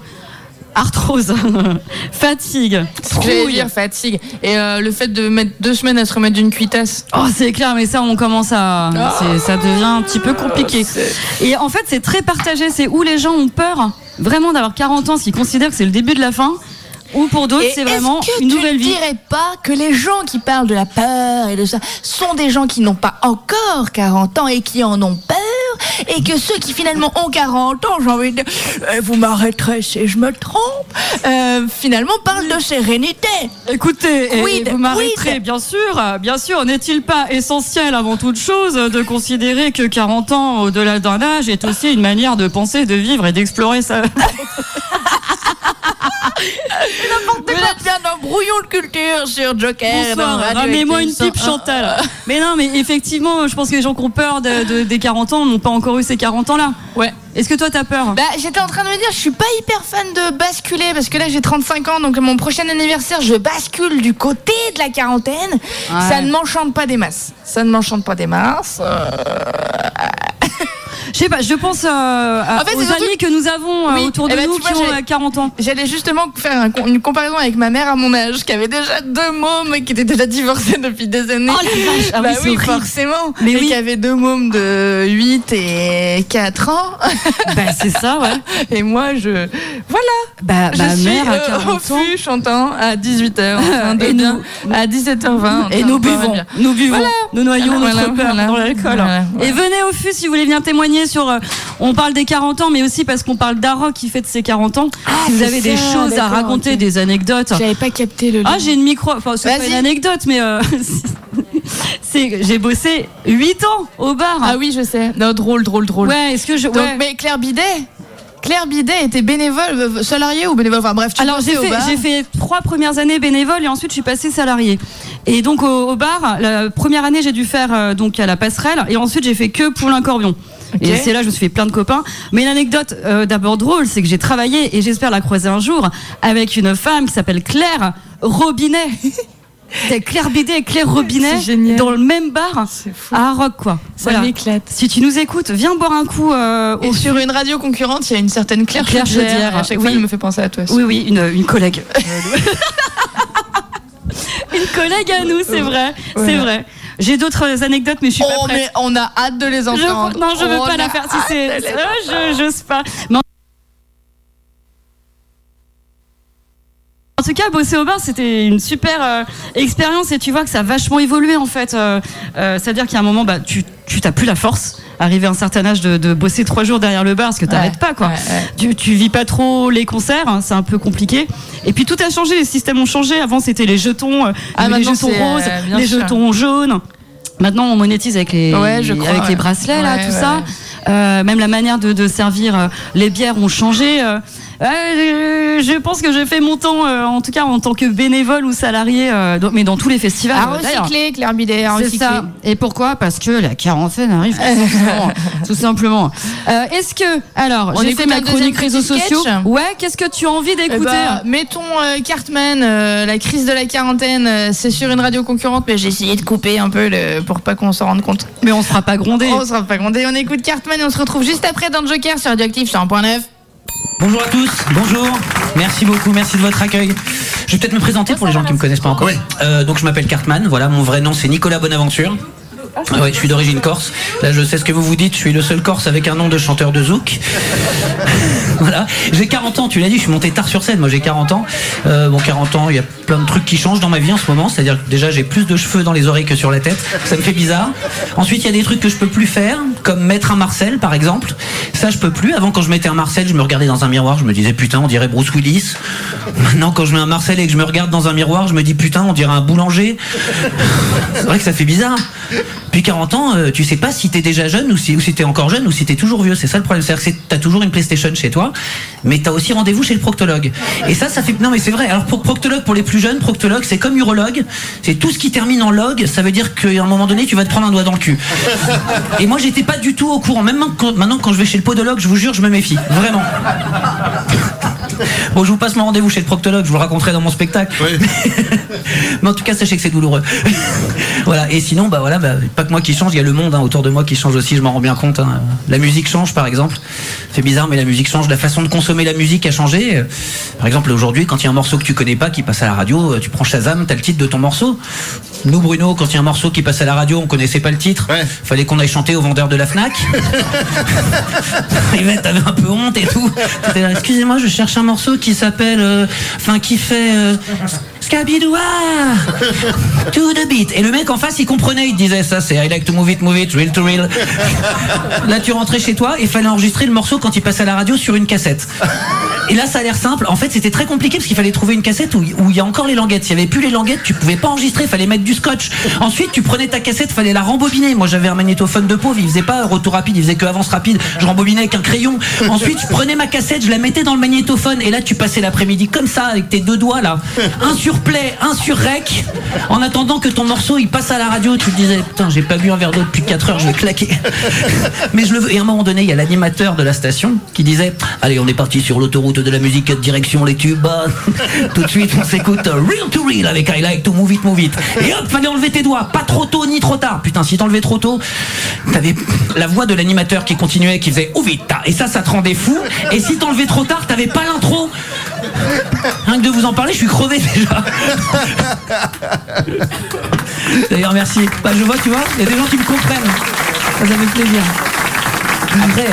[SPEAKER 3] Arthrose. Fatigue.
[SPEAKER 1] J'allais
[SPEAKER 3] Trouille.
[SPEAKER 1] dire fatigue. Et euh, le fait de mettre deux semaines à se remettre d'une cuitasse.
[SPEAKER 3] Oh, c'est clair, mais ça, on commence à.
[SPEAKER 1] Ah.
[SPEAKER 3] c'est- Ça devient un petit peu compliqué. Et en fait, c'est très partagé. C'est où les gens ont peur vraiment d'avoir 40 ans, s'ils considèrent que c'est le début de la fin, ou pour d'autres,
[SPEAKER 1] Et
[SPEAKER 3] c'est vraiment
[SPEAKER 1] est-ce que
[SPEAKER 3] une
[SPEAKER 1] tu
[SPEAKER 3] nouvelle
[SPEAKER 1] ne
[SPEAKER 3] vie.
[SPEAKER 1] dirais pas que les gens qui parlent de la peur et de ça sont des gens qui n'ont pas encore 40 ans et qui en ont peur et que ceux qui finalement ont 40 ans, j'ai envie de dire, eh, vous m'arrêterez si je me trompe, euh, finalement parlent de sérénité.
[SPEAKER 3] Écoutez, eh,
[SPEAKER 1] Quid,
[SPEAKER 3] vous m'arrêterez,
[SPEAKER 1] quid.
[SPEAKER 3] bien sûr, euh, bien sûr. N'est-il pas essentiel avant toute chose euh, de considérer que 40 ans au-delà d'un âge est aussi une manière de penser, de vivre et d'explorer sa.
[SPEAKER 1] Vous êtes bien dans brouillon de culture sur Joker.
[SPEAKER 3] Bonsoir, ramenez-moi une pipe
[SPEAKER 1] Ah,
[SPEAKER 3] Chantal. Mais non, mais effectivement, je pense que les gens qui ont peur de- de- des 40 ans n'ont pas encore eu ces 40 ans-là.
[SPEAKER 1] Ouais.
[SPEAKER 3] Est-ce que toi, t'as peur
[SPEAKER 1] Bah, j'étais en train de me dire, je suis pas hyper fan de basculer parce que là j'ai 35 ans, donc mon prochain anniversaire, je bascule du côté de la quarantaine. Ça ne m'enchante pas des masses. Ça ne m'enchante pas des masses. Euh,
[SPEAKER 3] Je sais pas, je pense euh, à-
[SPEAKER 1] En fait,
[SPEAKER 3] aux amis
[SPEAKER 1] c'est Ah, surtout-
[SPEAKER 3] que nous avons euh,
[SPEAKER 1] Oui,
[SPEAKER 3] autour de
[SPEAKER 1] eh ben,
[SPEAKER 3] nous
[SPEAKER 1] tu vois,
[SPEAKER 3] qui ont
[SPEAKER 1] j'ai-
[SPEAKER 3] euh, 40 ans.
[SPEAKER 1] J'allais justement faire un con- une comparaison avec ma mère à mon âge, qui avait déjà deux mômes, qui était déjà divorcée depuis des années.
[SPEAKER 3] Oh la vache, ah
[SPEAKER 1] bah
[SPEAKER 3] oui, c'est
[SPEAKER 1] oui,
[SPEAKER 3] horrible.
[SPEAKER 1] forcément.
[SPEAKER 3] Mais
[SPEAKER 1] et
[SPEAKER 3] oui.
[SPEAKER 1] qui avait deux mômes de 8 et 4 ans.
[SPEAKER 3] Bah, c'est ça, ouais.
[SPEAKER 1] Et moi, je. Voilà.
[SPEAKER 3] Bah,
[SPEAKER 1] Je
[SPEAKER 3] ma
[SPEAKER 1] suis
[SPEAKER 3] mère à
[SPEAKER 1] euh,
[SPEAKER 3] 40 ans.
[SPEAKER 1] au fût chantant à 18h,
[SPEAKER 3] Et nous-
[SPEAKER 1] à 17h20.
[SPEAKER 3] Et nous buvons, nous buvons,
[SPEAKER 1] Voilà.
[SPEAKER 3] nous noyons
[SPEAKER 1] Voilà,
[SPEAKER 3] notre peur
[SPEAKER 1] voilà,
[SPEAKER 3] dans l'alcool.
[SPEAKER 1] voilà, voilà.
[SPEAKER 3] Et venez au fût si vous voulez bien témoigner sur. euh, on parle des 40 ans, mais aussi parce qu'on parle d'Aro qui fête ses 40 ans. si vous
[SPEAKER 1] c'est
[SPEAKER 3] avez des
[SPEAKER 1] ça,
[SPEAKER 3] choses à
[SPEAKER 1] d'accord,
[SPEAKER 3] raconter,
[SPEAKER 1] ok.
[SPEAKER 3] des anecdotes.
[SPEAKER 1] J'avais pas capté le.
[SPEAKER 3] Ah, j'ai une micro. Enfin, c'est pas
[SPEAKER 1] Vas-y.
[SPEAKER 3] une anecdote, mais euh, c'est j'ai bossé 8 ans au bar.
[SPEAKER 1] oui, Ah, je sais. Non, drôle, drôle, drôle.
[SPEAKER 3] Ah Ouais, est-ce que je.
[SPEAKER 1] Donc,
[SPEAKER 3] ouais.
[SPEAKER 1] mais Claire Bidet Claire Bidet était bénévole, euh, salariée ou bénévole Enfin bref, tu
[SPEAKER 3] Alors j'ai
[SPEAKER 1] bossais au
[SPEAKER 3] fait,
[SPEAKER 1] bar.
[SPEAKER 3] j'ai fait trois premières années bénévole et ensuite je suis passée salariée. Et donc au, au bar, la première année j'ai dû faire euh, donc à la passerelle et ensuite j'ai fait que Poulain Corbion. Et c'est là je me suis fait plein de copains. Mais l'anecdote euh, d'abord drôle, c'est que j'ai travaillé et j'espère la croiser un jour avec une femme qui s'appelle Claire Robinet. C'est Claire Bidet et Claire Robinet
[SPEAKER 6] C'est génial.
[SPEAKER 3] dans le même bar
[SPEAKER 6] fou.
[SPEAKER 3] à Rock quoi.
[SPEAKER 6] Ça
[SPEAKER 3] Voilà.
[SPEAKER 6] m'éclate.
[SPEAKER 3] Si tu nous écoutes, viens boire un coup euh,
[SPEAKER 1] Et
[SPEAKER 3] au
[SPEAKER 1] sur une radio concurrente, il y a une certaine Claire,
[SPEAKER 3] Claire
[SPEAKER 1] Chaudière.
[SPEAKER 3] Chaudière,
[SPEAKER 1] À chaque
[SPEAKER 3] oui.
[SPEAKER 1] fois, elle me fait penser à toi. Oh,
[SPEAKER 3] Oui, oui, une, une collègue. une collègue à nous, c'est vrai. C'est vrai. J'ai d'autres anecdotes, mais je suis
[SPEAKER 1] Oh,
[SPEAKER 3] pas
[SPEAKER 1] mais
[SPEAKER 3] prête.
[SPEAKER 1] on a hâte de les
[SPEAKER 3] Je-
[SPEAKER 1] entendre.
[SPEAKER 3] non, je veux
[SPEAKER 1] On
[SPEAKER 3] pas
[SPEAKER 1] a
[SPEAKER 3] la faire si
[SPEAKER 1] hâte
[SPEAKER 3] c'est.
[SPEAKER 1] de les
[SPEAKER 3] euh, je j'ose pas. Mais en... en tout cas, bosser au bar, c'était une super euh, expérience et tu vois que ça a vachement évolué en fait. Euh, euh, C'est-à-dire qu'à un moment, bah, tu tu t'as plus la force. Arrivé à un certain âge de, de bosser trois jours derrière le bar, parce que t'arrêtes
[SPEAKER 1] Ouais,
[SPEAKER 3] pas quoi.
[SPEAKER 1] ouais, ouais.
[SPEAKER 3] Tu, tu vis pas trop les concerts, hein, c'est un peu compliqué. Et puis tout a changé, les systèmes ont changé. Avant c'était les jetons, euh,
[SPEAKER 1] Ah,
[SPEAKER 3] les
[SPEAKER 1] maintenant,
[SPEAKER 3] jetons
[SPEAKER 1] c'est, euh,
[SPEAKER 3] roses,
[SPEAKER 1] bien
[SPEAKER 3] les
[SPEAKER 1] sûr.
[SPEAKER 3] jetons jaunes. Maintenant on monétise avec les
[SPEAKER 1] Ouais, je crois,
[SPEAKER 3] avec les
[SPEAKER 1] ouais.
[SPEAKER 3] bracelets là,
[SPEAKER 1] Ouais,
[SPEAKER 3] tout
[SPEAKER 1] ouais,
[SPEAKER 3] ça.
[SPEAKER 1] ouais.
[SPEAKER 3] Euh, même la manière de, de servir euh, les bières ont changé. euh. Euh, je pense que j'ai fait mon temps, euh, en tout cas en tant que bénévole ou salarié, euh, dans- mais dans tous les festivals.
[SPEAKER 1] À
[SPEAKER 3] euh, d'ailleurs.
[SPEAKER 1] recycler, Claire Bidet, à
[SPEAKER 3] C'est
[SPEAKER 1] recycler.
[SPEAKER 3] ça. Et pourquoi Parce que la quarantaine arrive tout simplement. tout simplement. Euh, Est-ce que alors
[SPEAKER 1] On
[SPEAKER 3] j'ai
[SPEAKER 1] écoute
[SPEAKER 3] fait ma
[SPEAKER 1] un deuxième
[SPEAKER 3] chronique
[SPEAKER 1] petit
[SPEAKER 3] réseaux
[SPEAKER 1] sketch
[SPEAKER 3] sociaux Ouais. Qu'est-ce que tu as envie
[SPEAKER 1] Eh
[SPEAKER 3] d'écouter
[SPEAKER 1] ben, mettons euh, Cartman, euh, la crise de la quarantaine, euh, c'est sur une radio concurrente, mais j'ai essayé de couper un peu le- pour pas qu'on s'en rende compte.
[SPEAKER 3] Mais on se fera pas gronder.
[SPEAKER 1] On se rend Oh, pas compte. Et on écoute Cartman et on se retrouve juste après dans Joker sur Radioactive 100.9.
[SPEAKER 7] Bonjour à tous, bonjour, merci beaucoup, merci de votre accueil. Je vais peut-être me présenter pour les gens qui me connaissent pas encore. Euh, donc je m'appelle Cartman, voilà, mon vrai nom c'est Nicolas Bonaventure. Ah ouais, je suis d'origine corse. Là, je sais ce que vous vous dites, je suis le seul corse avec un nom de chanteur de zouk. voilà. J'ai 40 ans, tu l'as dit, je suis monté tard sur scène. Moi, j'ai 40 ans. Euh, bon, 40 ans, il y a plein de trucs qui changent dans ma vie en ce moment. C'est-à-dire que déjà, j'ai plus de cheveux dans les oreilles que sur la tête. Ça me fait bizarre. Ensuite, il y a des trucs que je peux plus faire, comme mettre un Marcel, par exemple. Ça, je peux plus. Avant, quand je mettais un Marcel, je me regardais dans un miroir, je me disais, putain, on dirait Bruce Willis. Maintenant, quand je mets un Marcel et que je me regarde dans un miroir, je me dis, putain, on dirait un boulanger. C'est vrai que ça fait bizarre. Puis 40 ans, euh, tu sais pas si t'es déjà jeune ou si, ou si t'es encore jeune ou si t'es toujours vieux. C'est ça le problème. C'est-à-dire que c'est- t'as toujours une PlayStation chez toi, mais t'as aussi rendez-vous chez le proctologue. Et ça, ça fait. Non, mais c'est vrai. Alors, pour proctologue, pour les plus jeunes, proctologue, c'est comme urologue. C'est tout ce qui termine en log. Ça veut dire qu'à un moment donné, tu vas te prendre un doigt dans le cul. Et moi, j'étais pas du tout au courant. Même quand- maintenant, quand je vais chez le podologue, je vous jure, je me méfie. Vraiment. Bon, je vous passe mon rendez-vous chez le proctologue, je vous le raconterai dans mon spectacle. Mais en tout cas, sachez que c'est douloureux. voilà. Et sinon, bah voilà, bah, pas que moi qui change, il y a le monde hein, autour de moi qui change aussi. Je m'en rends bien compte. hein. La musique change, par exemple. C'est bizarre, mais la musique change. La façon de consommer la musique a changé. Euh, Par exemple, aujourd'hui, quand il y a un morceau que tu connais pas qui passe à la radio, euh, tu prends Shazam, t'as le titre de ton morceau. Nous, Bruno, quand il y a un morceau qui passe à la radio, on connaissait pas le titre.
[SPEAKER 8] Ouais.
[SPEAKER 7] Fallait qu'on aille chanter au vendeur de la Fnac. Yvette, t'avais un peu honte et tout. T'étais là, excusez-moi, je cherche un morceau qui s'appelle. euh, Enfin, qui fait. euh, Scabidoua To the beat. Et le mec en face, il comprenait, il disait ça, c'est I like to move it, move it, real to real. Là, tu rentrais chez toi et fallait enregistrer le morceau quand il passait à la radio sur une cassette. Et là, ça a l'air simple. En fait, c'était très compliqué parce qu'il fallait trouver une cassette où où il y a encore les languettes. S'il n'y avait plus les languettes, tu pouvais pas enregistrer, fallait mettre du scotch. Ensuite, tu prenais ta cassette, fallait la rembobiner. Moi, j'avais un magnétophone de pauvre, il faisait pas retour rapide, il faisait que avance rapide. Je rembobinais avec un crayon. Ensuite, je prenais ma cassette, je la mettais dans le magnétophone et là, tu passais l'après-midi comme ça avec tes deux doigts là. Un sur play, un sur rec. En attendant que ton morceau il passe à la radio, tu te disais putain, j'ai pas bu un verre d'eau depuis 4 heures, je vais claquer. Mais je le veux. Et à un moment donné, il y a l'animateur de la station qui disait Allez, on est parti sur l'autoroute de la musique, direction les tubes. bah. Tout de suite, on s'écoute euh, Real to Real avec I Like to Move It, Move It. Et hop, fallait enlever tes doigts, pas trop tôt ni trop tard. Putain, si t'enlevais trop tôt, t'avais la voix de l'animateur qui continuait, qui faisait Ouvita. Et ça, ça te rendait fou. Et si t'enlevais trop tard, t'avais pas l'intro. Rien que de vous en parler, je suis crevé déjà. D'ailleurs, merci. Bah, je vois, tu vois, il y a des gens qui me comprennent. Ça, ça fait plaisir. Après,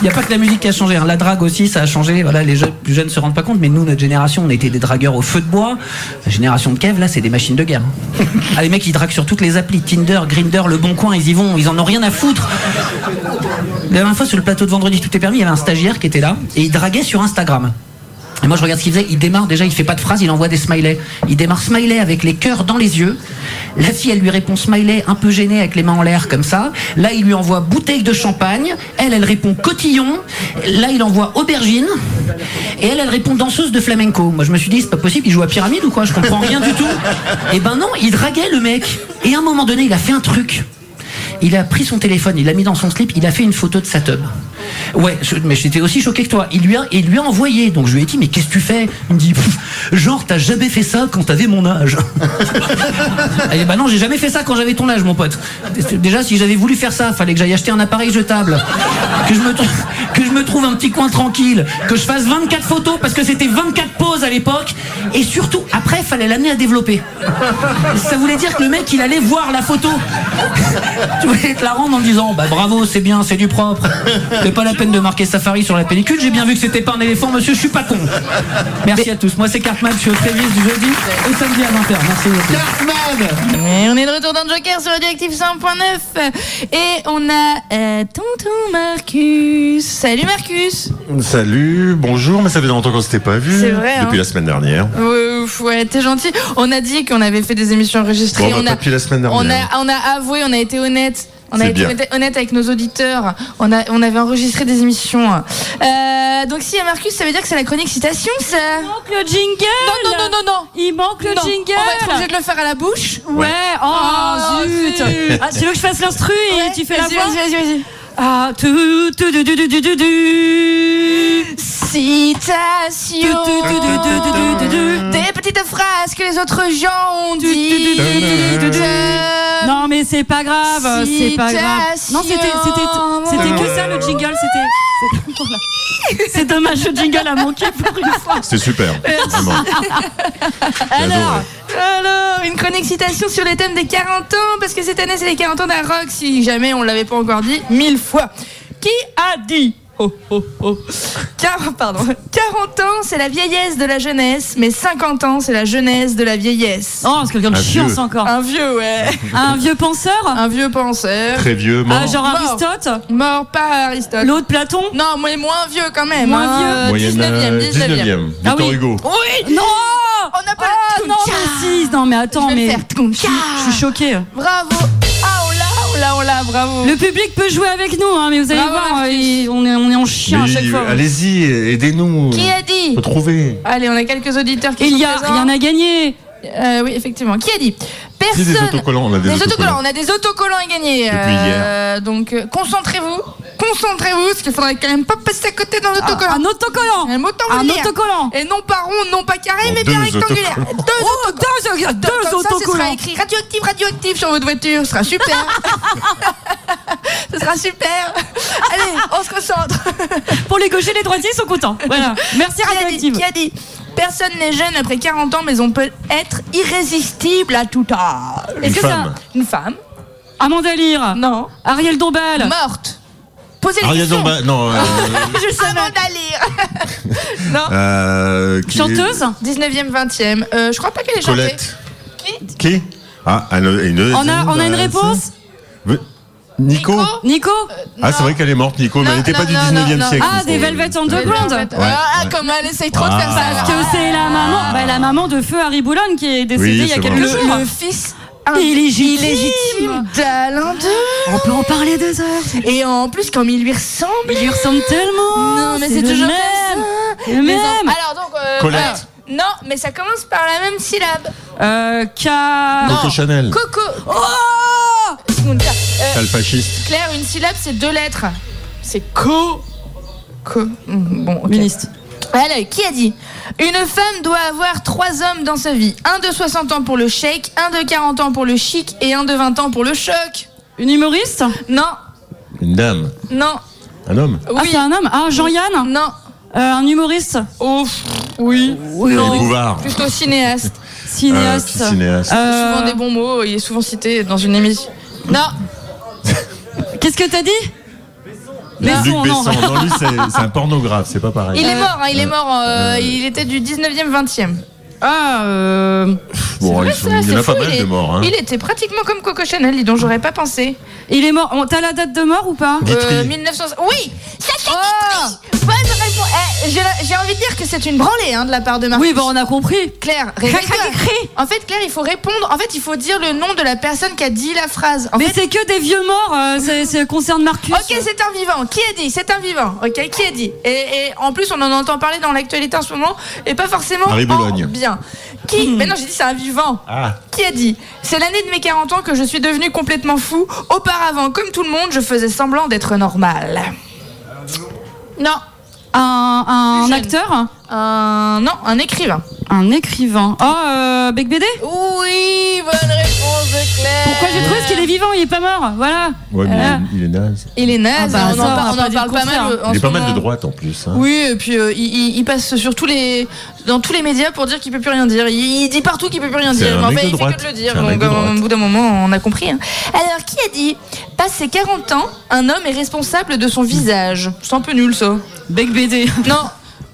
[SPEAKER 7] il n'y a pas que la musique qui a changé. hein. La drague aussi, ça a changé. Voilà, les jeunes, plus jeunes se rendent pas compte, mais nous, notre génération, on était des dragueurs au feu de bois. La génération de Kev, là, c'est des machines de guerre. ah, les mecs, ils draguent sur toutes les applis. Tinder, Grinder, Le Bon Coin, ils y vont. Ils en ont rien à foutre. La dernière fois, sur le plateau de Vendredi Tout est permis, il y avait un stagiaire qui était là et il draguait sur Instagram. Et moi, je regarde ce qu'il faisait. Il démarre déjà, il fait pas de phrase, il envoie des smileys. Il démarre smiley avec les cœurs dans les yeux. La fille, elle lui répond smiley, un peu gênée, avec les mains en l'air, comme ça. Là, il lui envoie bouteille de champagne. Elle, elle répond cotillon. Là, il envoie aubergine. Et elle, elle répond danseuse de flamenco. Moi, je me suis dit, c'est pas possible, il joue à pyramide ou quoi Je comprends rien du tout. Et ben non, il draguait le mec. Et à un moment donné, il a fait un truc. Il a pris son téléphone, il l'a mis dans son slip, il a fait une photo de sa teub. Ouais, je- mais j'étais aussi choqué que toi. Il lui a, il lui a envoyé. Donc je lui ai dit, mais qu'est-ce que tu fais Il me dit, Pff, genre, t'as jamais fait ça quand t'avais mon âge. Et bah non, j'ai jamais fait ça quand j'avais ton âge, mon pote. Déjà, si j'avais voulu faire ça, fallait que j'aille acheter un appareil jetable, que je me, trou- que je me trouve un petit coin tranquille, que je fasse 24 photos parce que c'était 24 poses à l'époque. Et surtout, après, fallait l'amener à développer. Ça voulait dire que le mec, il allait voir la photo. Tu voulais te la rendre en disant bah bravo, c'est bien, c'est du propre. C'est pas la peine de marquer Safari sur la pellicule. J'ai bien vu que c'était pas un éléphant, monsieur. Je suis pas con. Merci à tous. Moi, c'est Cartman. Je suis au service du jeudi au samedi à 20h. Merci beaucoup.
[SPEAKER 6] Cartman
[SPEAKER 1] Et on est de retour dans le Joker sur Radioactive 100.9 et on a euh, tonton Marcus. Salut Marcus.
[SPEAKER 6] Salut, bonjour, mais ça fait longtemps qu'on s'était pas vu.
[SPEAKER 1] C'est vrai,
[SPEAKER 6] Depuis
[SPEAKER 1] hein.
[SPEAKER 6] la semaine dernière.
[SPEAKER 1] Ouais, Euh, ouf, ouais, t'es gentil. On a dit qu'on avait fait des émissions
[SPEAKER 6] Bon,
[SPEAKER 1] enregistrées.
[SPEAKER 6] bah,
[SPEAKER 1] on,
[SPEAKER 6] pas
[SPEAKER 1] a,
[SPEAKER 6] depuis la semaine dernière.
[SPEAKER 1] on, a, on a avoué, on a été honnête. On a
[SPEAKER 6] C'est
[SPEAKER 1] été
[SPEAKER 6] bien.
[SPEAKER 1] honnête, honnête avec nos auditeurs. On, a, on avait enregistré des émissions. Euh, donc s'il y a Marcus, ça veut dire que c'est la chronique citation, ça
[SPEAKER 3] Il manque le jingle
[SPEAKER 1] Non, non, non, non, non
[SPEAKER 3] Il manque le
[SPEAKER 1] Non,
[SPEAKER 3] jingle
[SPEAKER 1] On va être obligé de le faire à la bouche.
[SPEAKER 3] Ouais, oh,
[SPEAKER 1] Oh,
[SPEAKER 3] zut ah, Tu veux que je fasse l'instru et
[SPEAKER 1] Ouais,
[SPEAKER 3] tu fais la
[SPEAKER 1] vas-y,
[SPEAKER 3] voix
[SPEAKER 1] vas-y, vas-y, vas-y.
[SPEAKER 3] Ah, tout, tout, du, du, du, du, du, du.
[SPEAKER 1] Citation Des petites phrases que les autres gens ont Euh, dit
[SPEAKER 3] Non mais c'est pas grave, c'est pas grave. Non c'était c'était c'était que ça le jingle, c'était c'était- voilà. c'est dommage le jingle a manqué pour une fois.
[SPEAKER 6] C'était super. Vraiment. J'ai adoré.
[SPEAKER 1] Alors, une chronique citation sur le thème des 40 ans, parce que cette année c'est les 40 ans d'un rock, si jamais on l'avait pas encore dit mille fois. Qui a dit Oh, oh, oh. Car- pardon. 40 ans, c'est la vieillesse de la jeunesse, mais 50 ans, c'est la jeunesse de la vieillesse.
[SPEAKER 3] Oh c'est quelqu'un de
[SPEAKER 6] Un
[SPEAKER 3] chiant
[SPEAKER 6] vieux.
[SPEAKER 3] ça, encore.
[SPEAKER 1] Un vieux, ouais.
[SPEAKER 3] Un vieux penseur,
[SPEAKER 1] Un vieux penseur.
[SPEAKER 6] Très vieux, mort.
[SPEAKER 3] Ah, genre
[SPEAKER 1] Mort.
[SPEAKER 3] Aristote,
[SPEAKER 1] Mort par Aristote.
[SPEAKER 3] l'autre Platon.
[SPEAKER 1] Non, mais moins vieux quand même.
[SPEAKER 3] Moins
[SPEAKER 1] hein.
[SPEAKER 6] Moyenne, euh,
[SPEAKER 1] 19e,
[SPEAKER 6] 19e.
[SPEAKER 1] 19e.
[SPEAKER 3] Ah
[SPEAKER 6] Victor
[SPEAKER 3] oui.
[SPEAKER 6] Hugo.
[SPEAKER 1] Oui
[SPEAKER 3] Non,
[SPEAKER 1] On n'a pas
[SPEAKER 3] Ah,
[SPEAKER 1] la
[SPEAKER 3] non
[SPEAKER 1] Tcha
[SPEAKER 3] mais si, non mais attends
[SPEAKER 1] Oh, Je vais le
[SPEAKER 3] mais
[SPEAKER 1] faire, Tcha
[SPEAKER 3] je suis choquée.
[SPEAKER 1] Bravo Ah, on l'a, on l'a, on l'a, bravo
[SPEAKER 3] Le public peut jouer avec nous hein, mais vous allez
[SPEAKER 1] Bravo,
[SPEAKER 3] voir,
[SPEAKER 1] Marcus.
[SPEAKER 3] il- on est on est en chien à
[SPEAKER 6] Mais,
[SPEAKER 3] chaque
[SPEAKER 6] euh,
[SPEAKER 3] fois.
[SPEAKER 6] Allez-y, aidez-nous.
[SPEAKER 1] Qui a dit
[SPEAKER 6] Faut trouver.
[SPEAKER 1] Allez, on a quelques auditeurs qui
[SPEAKER 3] Il y
[SPEAKER 1] sont
[SPEAKER 3] a
[SPEAKER 1] présents.
[SPEAKER 3] il y en a gagné.
[SPEAKER 1] Euh, oui, effectivement. Qui a dit
[SPEAKER 6] Si,
[SPEAKER 1] Personne.
[SPEAKER 6] des autocollants, on a des
[SPEAKER 1] Des
[SPEAKER 6] autocollants.
[SPEAKER 1] autocollants, on a des autocollants à gagner.
[SPEAKER 6] Depuis
[SPEAKER 1] Donc, euh, concentrez-vous. Concentrez-vous, parce qu'il faudrait quand même pas passer à côté d'un autocollant.
[SPEAKER 3] Un autocollant.
[SPEAKER 1] Un mot de temps, vous
[SPEAKER 3] Ah, Un
[SPEAKER 1] le dire.
[SPEAKER 3] autocollant.
[SPEAKER 1] Et non pas rond, non pas carré,
[SPEAKER 6] En
[SPEAKER 1] mais bien
[SPEAKER 6] deux
[SPEAKER 1] rectangulaire. Deux,
[SPEAKER 6] autocollants.
[SPEAKER 3] Oh, deux, deux
[SPEAKER 1] comme ça, ce sera
[SPEAKER 3] autocollants.
[SPEAKER 1] écrit radioactif, radioactif sur votre voiture. Ce sera super. ce sera super. Allez, on se concentre.
[SPEAKER 3] Pour les gauchers, les droitiers sont contents. Voilà. Merci
[SPEAKER 1] Qui a dit,
[SPEAKER 3] Radioactive.
[SPEAKER 1] qui a dit Personne n'est jeune après 40 ans, mais on peut être irrésistible à tout âge.
[SPEAKER 6] Une
[SPEAKER 3] Est-ce que ça-
[SPEAKER 6] femme.
[SPEAKER 1] Une femme
[SPEAKER 3] Amanda Lear.
[SPEAKER 1] Non.
[SPEAKER 3] Ariel Dombal.
[SPEAKER 1] Morte. Posez la
[SPEAKER 6] Ariel
[SPEAKER 1] question.
[SPEAKER 6] Dombal. Non. euh,
[SPEAKER 3] Ah,
[SPEAKER 1] Je sais avant d'aller. Ah.
[SPEAKER 6] euh, qui est-
[SPEAKER 3] Chanteuse.
[SPEAKER 1] 19e, 20e. Euh, je crois pas qu'elle est chantée.
[SPEAKER 6] Colette. Qui Ah, une, une-
[SPEAKER 3] On a, on a une
[SPEAKER 6] euh,
[SPEAKER 3] réponse
[SPEAKER 6] c'est- Nico.
[SPEAKER 1] Nico
[SPEAKER 3] Nico
[SPEAKER 6] Ah, c'est vrai qu'elle est morte, Nico, mais
[SPEAKER 1] Non,
[SPEAKER 6] elle n'était pas
[SPEAKER 1] non,
[SPEAKER 6] du
[SPEAKER 1] non,
[SPEAKER 6] 19
[SPEAKER 1] non,
[SPEAKER 6] e siècle.
[SPEAKER 3] Ah, des Velvet Underground.
[SPEAKER 6] Ouais,
[SPEAKER 1] ah,
[SPEAKER 6] ouais.
[SPEAKER 1] comme elle essaye trop de faire ça.
[SPEAKER 3] Parce
[SPEAKER 1] alors.
[SPEAKER 3] que c'est
[SPEAKER 1] Ah.
[SPEAKER 3] la maman, bah, la maman de Feu Harry Boulogne qui est décédée
[SPEAKER 6] Oui,
[SPEAKER 3] il y a
[SPEAKER 6] c'est
[SPEAKER 3] quelques
[SPEAKER 6] vrai.
[SPEAKER 3] jours.
[SPEAKER 1] Le, le fils
[SPEAKER 3] Illégitime.
[SPEAKER 1] illégitime d'Alain II.
[SPEAKER 3] On peut en parler deux heures.
[SPEAKER 1] Et en plus, comme il lui ressemble.
[SPEAKER 3] Il lui ressemble tellement.
[SPEAKER 1] Non, mais c'est
[SPEAKER 3] le
[SPEAKER 1] toujours
[SPEAKER 3] même.
[SPEAKER 1] comme ça.
[SPEAKER 3] Le
[SPEAKER 1] Les
[SPEAKER 3] même.
[SPEAKER 1] enfants- Alors donc. euh,
[SPEAKER 6] Colette.
[SPEAKER 1] alors, Non, mais ça commence par la même syllabe.
[SPEAKER 3] Euh, K.
[SPEAKER 6] Coco Chanel.
[SPEAKER 1] Coco. Oh
[SPEAKER 6] T'as le fasciste.
[SPEAKER 1] Claire, une syllabe, c'est deux lettres. C'est co. Co. Mm, Bon, ok.
[SPEAKER 3] Ministre.
[SPEAKER 1] Alors, qui a dit Une femme doit avoir trois hommes dans sa vie. Un de 60 ans pour le chèque, un de 40 ans pour le chic et un de 20 ans pour le choc.
[SPEAKER 3] Une humoriste
[SPEAKER 1] Non,
[SPEAKER 6] Une dame.
[SPEAKER 1] non,
[SPEAKER 6] Un homme.
[SPEAKER 3] Ah,
[SPEAKER 1] oui,
[SPEAKER 3] c'est un homme. Ah, Jean-Yann
[SPEAKER 1] non.
[SPEAKER 3] Euh, Un humoriste
[SPEAKER 1] Ouf, oui.
[SPEAKER 6] Une bouvard.
[SPEAKER 1] Plutôt cinéaste.
[SPEAKER 6] Euh,
[SPEAKER 3] Cinéaste.
[SPEAKER 6] petit cinéaste.
[SPEAKER 3] Euh,
[SPEAKER 1] Souvent des bons mots, il est souvent cité dans une émission. Non,
[SPEAKER 3] Qu'est-ce que t'as dit
[SPEAKER 6] Luc
[SPEAKER 3] Besson, non.
[SPEAKER 6] Besson. Non, lui, c'est c'est un pornographe, c'est pas pareil.
[SPEAKER 1] il est mort, hein, il est mort. euh, il était du 19e, 20e. Ah, euh...
[SPEAKER 6] Bon,
[SPEAKER 1] c'est
[SPEAKER 6] ils
[SPEAKER 1] vrai,
[SPEAKER 6] sont-
[SPEAKER 1] ça,
[SPEAKER 6] il y en
[SPEAKER 1] c'est
[SPEAKER 6] a pas
[SPEAKER 1] fou,
[SPEAKER 6] mal
[SPEAKER 1] il
[SPEAKER 6] de
[SPEAKER 1] est-
[SPEAKER 6] morts, hein.
[SPEAKER 1] Il était pratiquement comme Coco Chanel, dis donc, j'aurais pas pensé.
[SPEAKER 3] Il est mort. On- T'as la date de mort ou pas
[SPEAKER 6] Guitry.
[SPEAKER 1] Euh, 1900... Oui Sacha Guitry Bonne réponse Eh, J'ai la- j'ai envie de dire que c'est une branlée hein, de la part de Marcus.
[SPEAKER 3] Oui, bah on a compris.
[SPEAKER 1] Claire,
[SPEAKER 3] Crac,
[SPEAKER 1] réveille-toi.
[SPEAKER 3] crac, crac.
[SPEAKER 1] En fait, Claire, il faut répondre. En fait, il faut dire le nom de la personne qui a dit la phrase. En
[SPEAKER 3] Mais
[SPEAKER 1] fait-
[SPEAKER 3] c'est que des vieux morts, euh, ça, ça concerne Marcus.
[SPEAKER 1] Ok, c'est un vivant. Qui a dit C'est un vivant. Ok, qui a dit et, et en plus, on en entend parler dans l'actualité en ce moment, et pas forcément
[SPEAKER 6] Marie
[SPEAKER 1] en
[SPEAKER 6] Boulogne.
[SPEAKER 1] bien.
[SPEAKER 3] Hmm.
[SPEAKER 1] Qui Mais non, j'ai dit c'est un vivant.
[SPEAKER 6] Ah.
[SPEAKER 1] Qui a dit C'est l'année de mes 40 ans que je suis devenu complètement fou. Auparavant, comme tout le monde, je faisais semblant d'être normal. Non,
[SPEAKER 3] Un, un
[SPEAKER 1] Jeune.
[SPEAKER 3] acteur
[SPEAKER 1] un non, un écrivain.
[SPEAKER 3] Un écrivain. Oh, euh, Bec BD
[SPEAKER 1] Oui, bonne réponse de Claire.
[SPEAKER 3] Pourquoi j'ai trouvé Parce qu'il est vivant, il est pas mort. Voilà.
[SPEAKER 6] Ouais, mais
[SPEAKER 3] Euh,
[SPEAKER 6] il, est- il est naze.
[SPEAKER 1] Il est naze,
[SPEAKER 3] Ah bah,
[SPEAKER 1] on
[SPEAKER 3] ça,
[SPEAKER 1] en,
[SPEAKER 3] on
[SPEAKER 1] par-
[SPEAKER 3] va
[SPEAKER 1] on
[SPEAKER 3] pas
[SPEAKER 1] en
[SPEAKER 3] dire
[SPEAKER 1] parle
[SPEAKER 3] le
[SPEAKER 1] pas mal.
[SPEAKER 3] contraire.
[SPEAKER 1] euh, en
[SPEAKER 6] Il est
[SPEAKER 1] ce
[SPEAKER 6] pas mal de
[SPEAKER 1] moment.
[SPEAKER 6] droite en plus. Hein.
[SPEAKER 1] Oui, et puis euh, il, il- il passe sur tous les, dans tous les médias pour dire qu'il peut plus rien dire. Il, il dit partout qu'il peut plus rien
[SPEAKER 6] C'est
[SPEAKER 1] dire.
[SPEAKER 6] un
[SPEAKER 1] Mais en
[SPEAKER 6] mec
[SPEAKER 1] fait,
[SPEAKER 6] de
[SPEAKER 1] il fait
[SPEAKER 6] droite.
[SPEAKER 1] que de le dire.
[SPEAKER 6] C'est un mec
[SPEAKER 1] Donc,
[SPEAKER 6] de
[SPEAKER 1] euh,
[SPEAKER 6] droite.
[SPEAKER 1] au bout d'un moment, on a compris. hein. Alors, qui a dit Passé 40 ans, un homme est responsable de son visage. C'est un peu nul, ça.
[SPEAKER 3] Bec BD.
[SPEAKER 1] Non,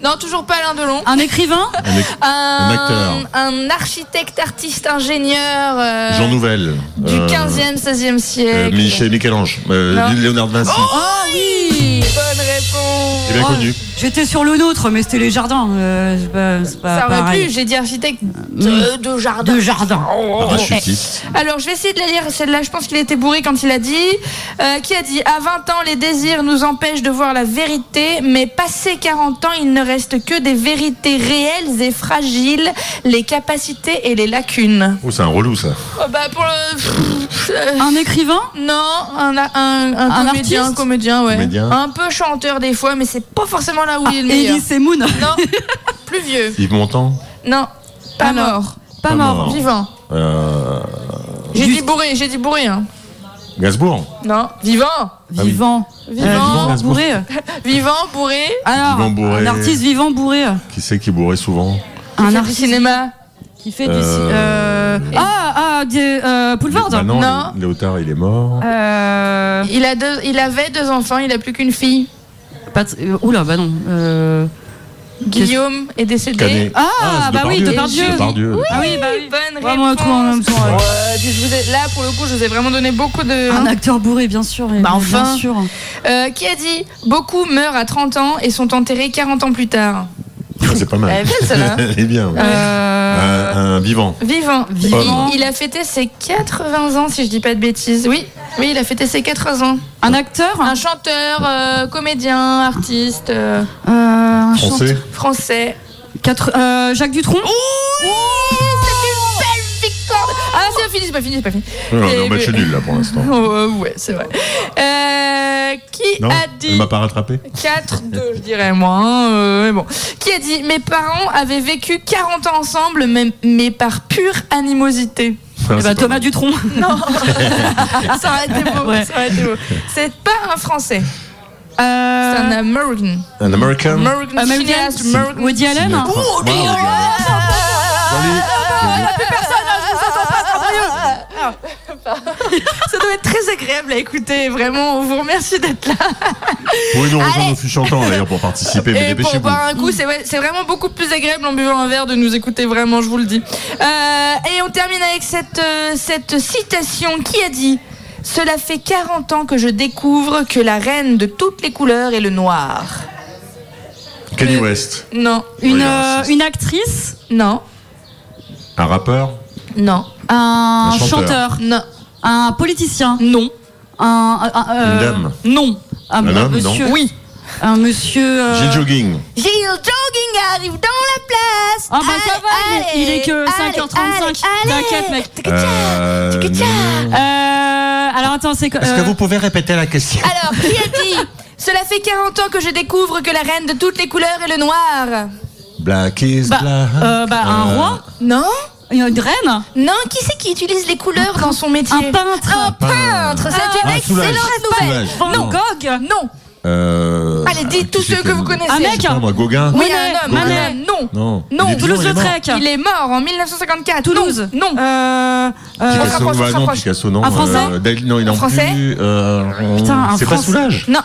[SPEAKER 1] non, toujours pas l'un de long.
[SPEAKER 3] Un écrivain
[SPEAKER 6] Un mec-
[SPEAKER 1] Un,
[SPEAKER 6] acteur.
[SPEAKER 1] un architecte, artiste, ingénieur euh,
[SPEAKER 6] Jean Nouvel.
[SPEAKER 1] du
[SPEAKER 6] euh,
[SPEAKER 1] 15e, 16e
[SPEAKER 6] euh,
[SPEAKER 1] siècle. Ah.
[SPEAKER 6] Michel Michel-Ange.
[SPEAKER 1] Non.
[SPEAKER 6] Euh, Léonard de Vinci.
[SPEAKER 3] Oh oui
[SPEAKER 1] Bonne réponse.
[SPEAKER 6] il est Eh bien
[SPEAKER 3] Oh,
[SPEAKER 6] connu.
[SPEAKER 3] J'étais sur le nôtre, mais c'était les jardins. euh, c'est pas, c'est pas
[SPEAKER 1] Oh, Ça aurait
[SPEAKER 3] pareil.
[SPEAKER 1] pu, j'ai dit architecte de, de jardin.
[SPEAKER 3] De jardin.
[SPEAKER 1] Oh.
[SPEAKER 6] Ah, Parachutiste.
[SPEAKER 1] Alors, je vais essayer de la lire. Celle-là, je pense qu'il était bourré quand il a dit. Euh, qui a dit À 20 ans, les désirs nous empêchent de voir la vérité, mais passé 40 ans, il ne reste que des vérités réelles et fragiles, les capacités et les lacunes.
[SPEAKER 6] Oh, c'est un relou ça.
[SPEAKER 1] Oh, bah, pour le. pff, euh,
[SPEAKER 3] Un écrivain
[SPEAKER 1] Non, un, un, un,
[SPEAKER 3] Un
[SPEAKER 1] comédien,
[SPEAKER 3] artiste
[SPEAKER 1] comédien, ouais.
[SPEAKER 6] Comédien.
[SPEAKER 1] Un peu chanteur des fois, mais c'est pas forcément là où il est le meilleur.
[SPEAKER 3] Elie Semoun.
[SPEAKER 6] Ah
[SPEAKER 1] Non, plus vieux.
[SPEAKER 6] Yves Montand.
[SPEAKER 1] Non, pas
[SPEAKER 3] Alors,
[SPEAKER 1] mort,
[SPEAKER 3] Pas
[SPEAKER 6] Pas
[SPEAKER 3] mort.
[SPEAKER 6] mort.
[SPEAKER 1] vivant.
[SPEAKER 6] Euh,
[SPEAKER 1] J'ai
[SPEAKER 3] Juste-
[SPEAKER 1] dit bourré, j'ai dit bourré. Hein.
[SPEAKER 6] Gainsbourg.
[SPEAKER 1] Non, vivant,
[SPEAKER 6] oui.
[SPEAKER 3] Vivant.
[SPEAKER 1] Euh, Vivant.
[SPEAKER 6] Vivant.
[SPEAKER 3] bourré.
[SPEAKER 1] vivant, bourré.
[SPEAKER 3] Alors,
[SPEAKER 6] Vivant bourré.
[SPEAKER 3] un artiste vivant bourré.
[SPEAKER 6] Qui c'est qui bourrait souvent
[SPEAKER 3] Un
[SPEAKER 1] Faire du
[SPEAKER 3] artiste
[SPEAKER 1] cinéma.
[SPEAKER 3] qui
[SPEAKER 1] Ah,
[SPEAKER 3] fait du. ci-
[SPEAKER 6] Euh,
[SPEAKER 3] euh, Ah, ah, des- euh, Poulvord
[SPEAKER 6] Bah non,
[SPEAKER 1] Non.
[SPEAKER 6] Lé- Léotard, il est mort.
[SPEAKER 3] Euh,
[SPEAKER 1] Il, a deux, il avait deux enfants, il a plus qu'une fille.
[SPEAKER 3] pas t- euh, oula, bah non. euh,
[SPEAKER 1] Guillaume est décédé.
[SPEAKER 6] Canet.
[SPEAKER 3] Ah, bah oui,
[SPEAKER 6] Dieu.
[SPEAKER 3] Depardieu. Ah oui, bah oui.
[SPEAKER 1] Bonne
[SPEAKER 3] Vraiment,
[SPEAKER 1] réponse.
[SPEAKER 3] tout en même temps, ouais.
[SPEAKER 1] Ouais, je vous ai- là, pour le coup, je vous ai vraiment donné beaucoup de.
[SPEAKER 3] Un acteur bourré, bien sûr. et
[SPEAKER 1] Bah,
[SPEAKER 3] bien
[SPEAKER 1] enfin.
[SPEAKER 3] sûr.
[SPEAKER 1] Euh, qui a dit Beaucoup meurent à 30 ans et sont enterrés 40 ans plus tard.
[SPEAKER 6] Ah, C'est pas mal.
[SPEAKER 1] Elle est belle, celle-là.
[SPEAKER 6] Elle est bien. ouais.
[SPEAKER 1] Euh,
[SPEAKER 6] Un, un vivant.
[SPEAKER 1] Vivant.
[SPEAKER 3] Vivant.
[SPEAKER 1] Il, il a fêté ses 80 ans, si je dis pas de bêtises. Oui, oui, il a fêté ses 80 ans.
[SPEAKER 3] Un acteur
[SPEAKER 1] Un chanteur, euh, comédien, artiste, euh,
[SPEAKER 3] Euh, un
[SPEAKER 6] Français.
[SPEAKER 3] chanteur.
[SPEAKER 1] français.
[SPEAKER 3] Quatre- euh, Jacques Dutronc
[SPEAKER 6] Ah,
[SPEAKER 1] Oui, c'est une belle victoire. Ah, c'est pas fini, c'est pas fini, c'est pas fini.
[SPEAKER 6] Ouais,
[SPEAKER 1] Et-
[SPEAKER 6] non, bah, je suis nul là pour l'instant.
[SPEAKER 1] Oh, euh, ouais, c'est vrai. Euh, qui
[SPEAKER 6] Non,
[SPEAKER 1] a
[SPEAKER 6] elle
[SPEAKER 1] dit
[SPEAKER 6] m'a pas rattrapé.
[SPEAKER 1] Ah, 4-2, je dirais moi. hein, euh, mais bon. Qui a dit Mes parents avaient vécu 40 ans ensemble, mais, mais par pure animosité.
[SPEAKER 6] Ah,
[SPEAKER 3] Eh
[SPEAKER 6] c'est
[SPEAKER 3] bah,
[SPEAKER 6] pas
[SPEAKER 3] Thomas
[SPEAKER 6] mal.
[SPEAKER 3] Dutronc.
[SPEAKER 1] Non, ça aurait été beau.
[SPEAKER 3] Ouais.
[SPEAKER 1] ça aurait été beau. C'est pas un français, c'est un
[SPEAKER 3] Euh,
[SPEAKER 1] American.
[SPEAKER 6] Un American.
[SPEAKER 1] American,
[SPEAKER 3] American.
[SPEAKER 1] cinéaste, American.
[SPEAKER 3] euh, Woody Allen
[SPEAKER 6] Sinatra. Wow, Woody Allen. Joli.
[SPEAKER 1] Ça doit être très agréable à écouter. Vraiment, on vous remercie d'être là.
[SPEAKER 6] Oui, nous rejoindre nos fiches chantants d'ailleurs pour participer, mais
[SPEAKER 1] Et Eh, pour
[SPEAKER 6] dépêchez-vous.
[SPEAKER 1] boire un coup, c'est ouais, c'est vraiment beaucoup plus agréable en buvant un verre de nous écouter, vraiment, je vous le dis. Euh, et on termine avec cette, euh, cette citation qui a dit Cela fait 40 ans que je découvre que la reine de toutes les couleurs est le noir.
[SPEAKER 6] Kanye West.
[SPEAKER 1] Non,
[SPEAKER 3] une,
[SPEAKER 6] Oui, un
[SPEAKER 3] euh,
[SPEAKER 6] artiste.
[SPEAKER 3] une actrice
[SPEAKER 1] non,
[SPEAKER 6] Un rappeur.
[SPEAKER 1] non,
[SPEAKER 3] Un,
[SPEAKER 6] Un chanteur.
[SPEAKER 3] chanteur
[SPEAKER 1] non,
[SPEAKER 3] Un politicien
[SPEAKER 1] non,
[SPEAKER 3] Un, un- un- euh,
[SPEAKER 6] Une dame.
[SPEAKER 3] Non. Un,
[SPEAKER 6] Un homme,
[SPEAKER 3] monsieur.
[SPEAKER 6] non.
[SPEAKER 3] Oui. Un monsieur. euh,
[SPEAKER 6] J'ai jogging.
[SPEAKER 5] Gilles Jogging arrive dans la place.
[SPEAKER 3] Ah bah ça va, il, il est que 5h35. T'inquiète, mec.
[SPEAKER 6] Euh, non.
[SPEAKER 3] Euh, alors attends, c'est quoi
[SPEAKER 8] Est-ce
[SPEAKER 3] euh,
[SPEAKER 8] que vous pouvez répéter la question
[SPEAKER 1] Alors, qui a dit Cela fait 40 ans que je découvre que la reine de toutes les couleurs est le noir.
[SPEAKER 6] Black is
[SPEAKER 3] bah,
[SPEAKER 6] black.
[SPEAKER 3] euh, bah, un
[SPEAKER 6] Euh,
[SPEAKER 3] roi
[SPEAKER 1] Non
[SPEAKER 3] Une reine
[SPEAKER 1] Non, qui c'est qui utilise les couleurs dans son métier
[SPEAKER 3] Un peintre
[SPEAKER 1] Un peintre, c'est une
[SPEAKER 6] Ah, Soulage.
[SPEAKER 1] excellente
[SPEAKER 6] Soulage.
[SPEAKER 1] nouvelle.
[SPEAKER 3] Van
[SPEAKER 6] Non.
[SPEAKER 3] Gogh
[SPEAKER 1] Non.
[SPEAKER 6] Euh,
[SPEAKER 1] Allez, dites tous
[SPEAKER 6] qui c'est
[SPEAKER 1] ceux que vous connaissez.
[SPEAKER 3] Un mec
[SPEAKER 6] Je sais pas, moi, Gauguin.
[SPEAKER 1] Oui,
[SPEAKER 3] Manet,
[SPEAKER 1] un homme,
[SPEAKER 3] Manet.
[SPEAKER 1] un homme. Non.
[SPEAKER 6] Non.
[SPEAKER 1] Non,
[SPEAKER 6] Il est vivant, il est mort.
[SPEAKER 3] Toulouse-Lautrec.
[SPEAKER 1] Il est mort en 1954.
[SPEAKER 3] Toulouse.
[SPEAKER 1] Non. non.
[SPEAKER 3] Euh, euh,
[SPEAKER 1] se
[SPEAKER 6] Picasso,
[SPEAKER 1] rapproche, on
[SPEAKER 6] bah
[SPEAKER 1] se
[SPEAKER 6] non,
[SPEAKER 1] rapproche.
[SPEAKER 6] Picasso, non.
[SPEAKER 3] Un Français
[SPEAKER 6] Euh, Dali- non, il est en
[SPEAKER 1] Français
[SPEAKER 6] plus. euh,
[SPEAKER 3] Putain, un
[SPEAKER 6] C'est pas
[SPEAKER 3] Français.
[SPEAKER 6] Soulage.
[SPEAKER 1] Non.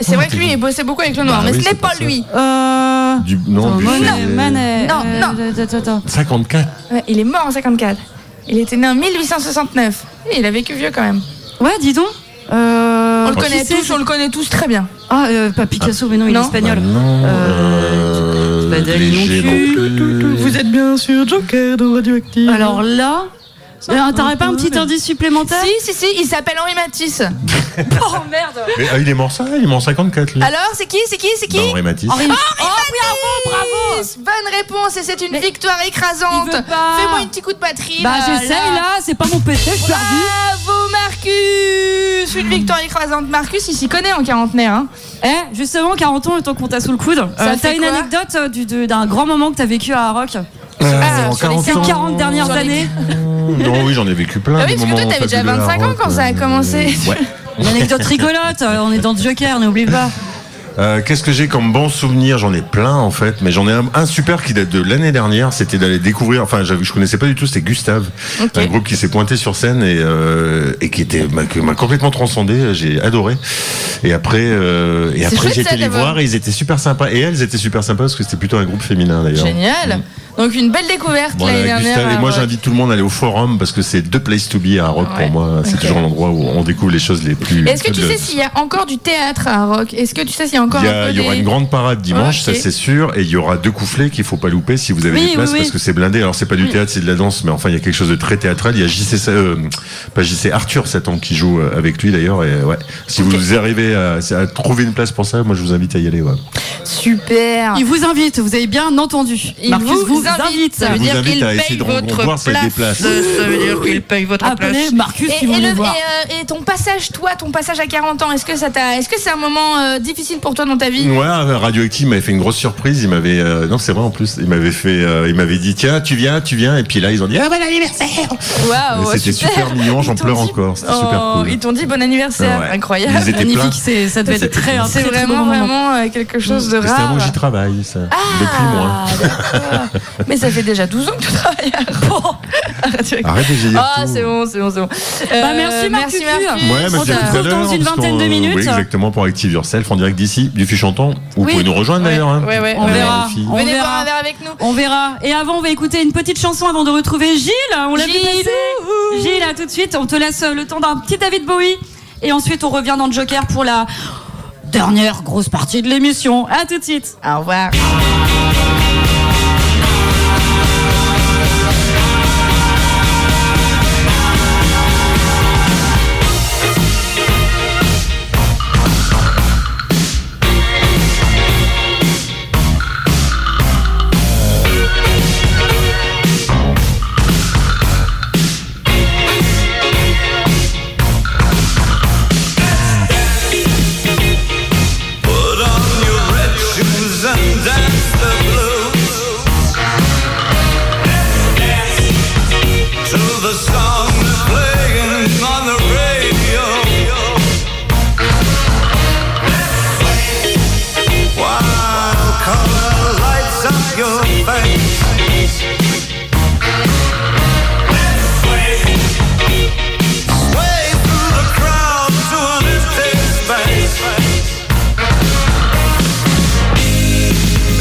[SPEAKER 1] C'est vrai que lui, il bossait beaucoup avec le noir,
[SPEAKER 6] Bah
[SPEAKER 1] mais
[SPEAKER 6] oui,
[SPEAKER 1] ce n'est
[SPEAKER 6] c'est
[SPEAKER 1] pas
[SPEAKER 6] pour ça.
[SPEAKER 1] lui.
[SPEAKER 3] euh, euh,
[SPEAKER 6] Du- non,
[SPEAKER 3] attends,
[SPEAKER 6] Buffet.
[SPEAKER 3] Monet, Manet,
[SPEAKER 1] Non,
[SPEAKER 3] euh,
[SPEAKER 1] non.
[SPEAKER 3] attends, attends, attends.
[SPEAKER 6] 54.
[SPEAKER 1] Ouais, il est mort en 54. Il était né en 1869. Et il a vécu vieux quand même.
[SPEAKER 3] Ouais, dis donc. Euh,
[SPEAKER 1] On le
[SPEAKER 6] Ah,
[SPEAKER 3] qui
[SPEAKER 1] connaît
[SPEAKER 3] c'est,
[SPEAKER 1] tous, on le connaît tous très bien.
[SPEAKER 3] Ah, euh, pas Picasso, mais non, il est
[SPEAKER 1] Non.
[SPEAKER 3] espagnol.
[SPEAKER 6] Ah non. Euh,
[SPEAKER 3] Badal
[SPEAKER 6] léger
[SPEAKER 3] non
[SPEAKER 6] non plus.
[SPEAKER 1] êtes bien sûr Joker de Radioactive.
[SPEAKER 3] Alors là, euh, t'aurais pas un petit indice supplémentaire
[SPEAKER 1] Si, si, si, il s'appelle Henri Matisse. oh merde
[SPEAKER 6] Mais, ah, il est mort ça Il est mort en 54 lui.
[SPEAKER 1] Alors, c'est qui, c'est qui, c'est Ah, qui
[SPEAKER 6] Bah, Henri Matisse.
[SPEAKER 3] Henri-
[SPEAKER 1] Henri Matisse Bonne réponse et c'est une victoire écrasante.
[SPEAKER 3] il veut pas.
[SPEAKER 1] Fais-moi un petit coup de batterie.
[SPEAKER 3] Bah
[SPEAKER 1] là,
[SPEAKER 3] j'essaye là, c'est pas mon pété, je suis perdu.
[SPEAKER 1] Bravo Marcus
[SPEAKER 6] Hmm.
[SPEAKER 1] Une victoire écrasante. Marcus, il s'y connaît en quarantenaire. Hein.
[SPEAKER 3] Eh, justement, 40 ans, le temps qu'on t'a sous le coude.
[SPEAKER 1] Ça
[SPEAKER 3] Euh,
[SPEAKER 1] fait
[SPEAKER 3] t'as une
[SPEAKER 1] quoi
[SPEAKER 3] anecdote euh, du- de- d'un grand moment que t'as vécu à Rock
[SPEAKER 6] Ah, en
[SPEAKER 1] sur les
[SPEAKER 6] 40
[SPEAKER 3] ces
[SPEAKER 6] ans.
[SPEAKER 3] 40 dernières
[SPEAKER 1] Sur les-
[SPEAKER 3] années
[SPEAKER 6] Non, oui, j'en ai vécu plein.
[SPEAKER 1] Ah
[SPEAKER 6] des
[SPEAKER 1] oui, parce que toi,
[SPEAKER 6] moments
[SPEAKER 1] t'avais déjà
[SPEAKER 6] fabuleux à
[SPEAKER 1] 25 ans
[SPEAKER 6] Rock,
[SPEAKER 1] quand ça a
[SPEAKER 6] euh,
[SPEAKER 1] commencé.
[SPEAKER 6] Ouais.
[SPEAKER 3] Une anecdote rigolote, euh, on est dans Joker, n'oublie pas.
[SPEAKER 6] Euh, Qu'est-ce que j'ai comme bon souvenir J'en ai plein en fait, mais j'en ai un, un super qui date de l'année dernière. C'était d'aller découvrir. Enfin, j'avoue, je connaissais pas du tout. C'était Gustave, un groupe qui s'est pointé sur scène et, euh, et qui était m'a que m'a complètement transcendé. J'ai adoré. Et après, euh, et après,
[SPEAKER 1] chouette,
[SPEAKER 6] j'ai
[SPEAKER 1] ça,
[SPEAKER 6] été les
[SPEAKER 1] d'avoir-
[SPEAKER 6] voir et ils étaient super sympas. Et elles étaient super sympas parce que c'était plutôt un groupe féminin d'ailleurs.
[SPEAKER 1] Génial Donc une belle découverte
[SPEAKER 6] Voilà,
[SPEAKER 1] l'année dernière.
[SPEAKER 6] Hmm.
[SPEAKER 1] euh,
[SPEAKER 6] Gustave. Et
[SPEAKER 1] à
[SPEAKER 6] moi,
[SPEAKER 1] Rock.
[SPEAKER 6] j'invite tout le monde à aller au forum parce que c'est deux places to be à Rock
[SPEAKER 1] Ouais.
[SPEAKER 6] pour moi. C'est
[SPEAKER 1] Ok.
[SPEAKER 6] toujours l'endroit où on découvre les choses les plus.
[SPEAKER 1] Est-ce que tu sais
[SPEAKER 6] fabuleuses.
[SPEAKER 1] s'il y a encore du théâtre à Rock Est-ce que tu sais s'il y a encore
[SPEAKER 6] Il y,
[SPEAKER 1] un
[SPEAKER 6] a-
[SPEAKER 1] peu
[SPEAKER 6] il y aura
[SPEAKER 1] des-
[SPEAKER 6] une grande parade dimanche, ça
[SPEAKER 1] Ok.
[SPEAKER 6] c'est sûr, et il y aura deux coufflets qu'il faut pas louper si vous avez
[SPEAKER 3] Oui,
[SPEAKER 6] des places
[SPEAKER 3] oui, oui.
[SPEAKER 6] parce que c'est blindé. Alors c'est pas du théâtre, c'est de la danse, mais enfin il y a quelque chose de très théâtral. Il y a JC, euh, pas JC Arthur Satan qui joue euh, avec lui d'ailleurs. Et ouais, si vous arrivez à, à trouver une place pour ça, moi je vous invite à y aller. Ouais.
[SPEAKER 1] Super
[SPEAKER 3] Il vous invite, vous avez bien entendu.
[SPEAKER 1] Il
[SPEAKER 3] Marcus
[SPEAKER 1] vous
[SPEAKER 3] Ah. vous
[SPEAKER 1] invite.
[SPEAKER 3] invite.
[SPEAKER 1] Ça veut
[SPEAKER 6] Je vous
[SPEAKER 1] dire
[SPEAKER 6] invite
[SPEAKER 1] qu'il
[SPEAKER 6] à essayer
[SPEAKER 1] paye
[SPEAKER 6] de re-
[SPEAKER 1] votre
[SPEAKER 6] voir s'il y a des
[SPEAKER 1] place.
[SPEAKER 6] places.
[SPEAKER 9] Ça veut dire qu'il paye votre place.
[SPEAKER 3] Appelez Marcus
[SPEAKER 1] Et,
[SPEAKER 3] qui
[SPEAKER 1] et
[SPEAKER 3] vous
[SPEAKER 1] le-
[SPEAKER 3] le voir.
[SPEAKER 1] et, euh, et ton passage, toi, ton passage à 40 ans, est-ce que ça t'a, est-ce que c'est un moment euh, difficile pour toi dans ta vie
[SPEAKER 6] Ouais, Radioactive m'avait fait une grosse surprise. Il m'avait, euh, non, c'est vrai en plus, il m'avait fait, euh, il m'avait dit tiens, tu viens, tu viens, et puis là ils ont dit ah bon anniversaire.
[SPEAKER 1] Waouh,
[SPEAKER 6] Et c'était super mignon, j'en
[SPEAKER 1] Oh, Ils t'ont
[SPEAKER 6] pleure
[SPEAKER 1] dit-
[SPEAKER 6] encore, c'était
[SPEAKER 1] Oh,
[SPEAKER 6] super cool.
[SPEAKER 1] Ils t'ont dit bon anniversaire,
[SPEAKER 6] Ouais.
[SPEAKER 1] incroyable.
[SPEAKER 6] Ils étaient pleins.
[SPEAKER 3] Magnifique, c'est- ça devait être très, un
[SPEAKER 1] C'est
[SPEAKER 3] très, très bon
[SPEAKER 1] vraiment,
[SPEAKER 3] moment.
[SPEAKER 1] vraiment euh, quelque chose de
[SPEAKER 6] Mais C'était avant
[SPEAKER 1] rare.
[SPEAKER 6] que j'y travaille, ça. Depuis moi.
[SPEAKER 1] Ah, d'accord. Mais ça fait déjà 12 ans que tu travailles à Rouen.
[SPEAKER 6] Arrête de vieillir
[SPEAKER 1] Ah,
[SPEAKER 6] tout.
[SPEAKER 1] c'est bon, c'est bon, c'est bon.
[SPEAKER 3] Bah, merci, Marc
[SPEAKER 1] merci,
[SPEAKER 3] Cucu.
[SPEAKER 1] Marcus.
[SPEAKER 6] Ouais, mais c'est
[SPEAKER 3] On se
[SPEAKER 6] tout à
[SPEAKER 3] retrouve
[SPEAKER 6] l'heure,
[SPEAKER 3] dans une
[SPEAKER 6] parce
[SPEAKER 3] vingtaine
[SPEAKER 6] qu'on-
[SPEAKER 3] de minutes.
[SPEAKER 6] Oui, exactement, pour Active Yourself, en direct d'ici, du Fuchanton. Vous
[SPEAKER 1] Oui.
[SPEAKER 6] pouvez nous rejoindre
[SPEAKER 1] Ouais,
[SPEAKER 6] d'ailleurs. hein.
[SPEAKER 1] ouais, ouais.
[SPEAKER 3] On
[SPEAKER 1] Ouais.
[SPEAKER 3] verra.
[SPEAKER 6] les filles.
[SPEAKER 3] On
[SPEAKER 1] Venez
[SPEAKER 3] verra.
[SPEAKER 1] boire un verre avec nous.
[SPEAKER 3] On verra. Et avant, on va écouter une petite chanson avant de retrouver Gilles. On l'a vu
[SPEAKER 1] Gilles,
[SPEAKER 3] passer. Gilles, à tout de suite. On te laisse euh, le temps d'un petit David Bowie. Et ensuite, on revient dans le Joker pour la dernière grosse partie de l'émission. À tout de suite.
[SPEAKER 1] Au revoir.
[SPEAKER 5] Put on your red shoes and dance the blues. To the song that's playing on the radio. While color lights up your face. Sway through the crowd to an empty space.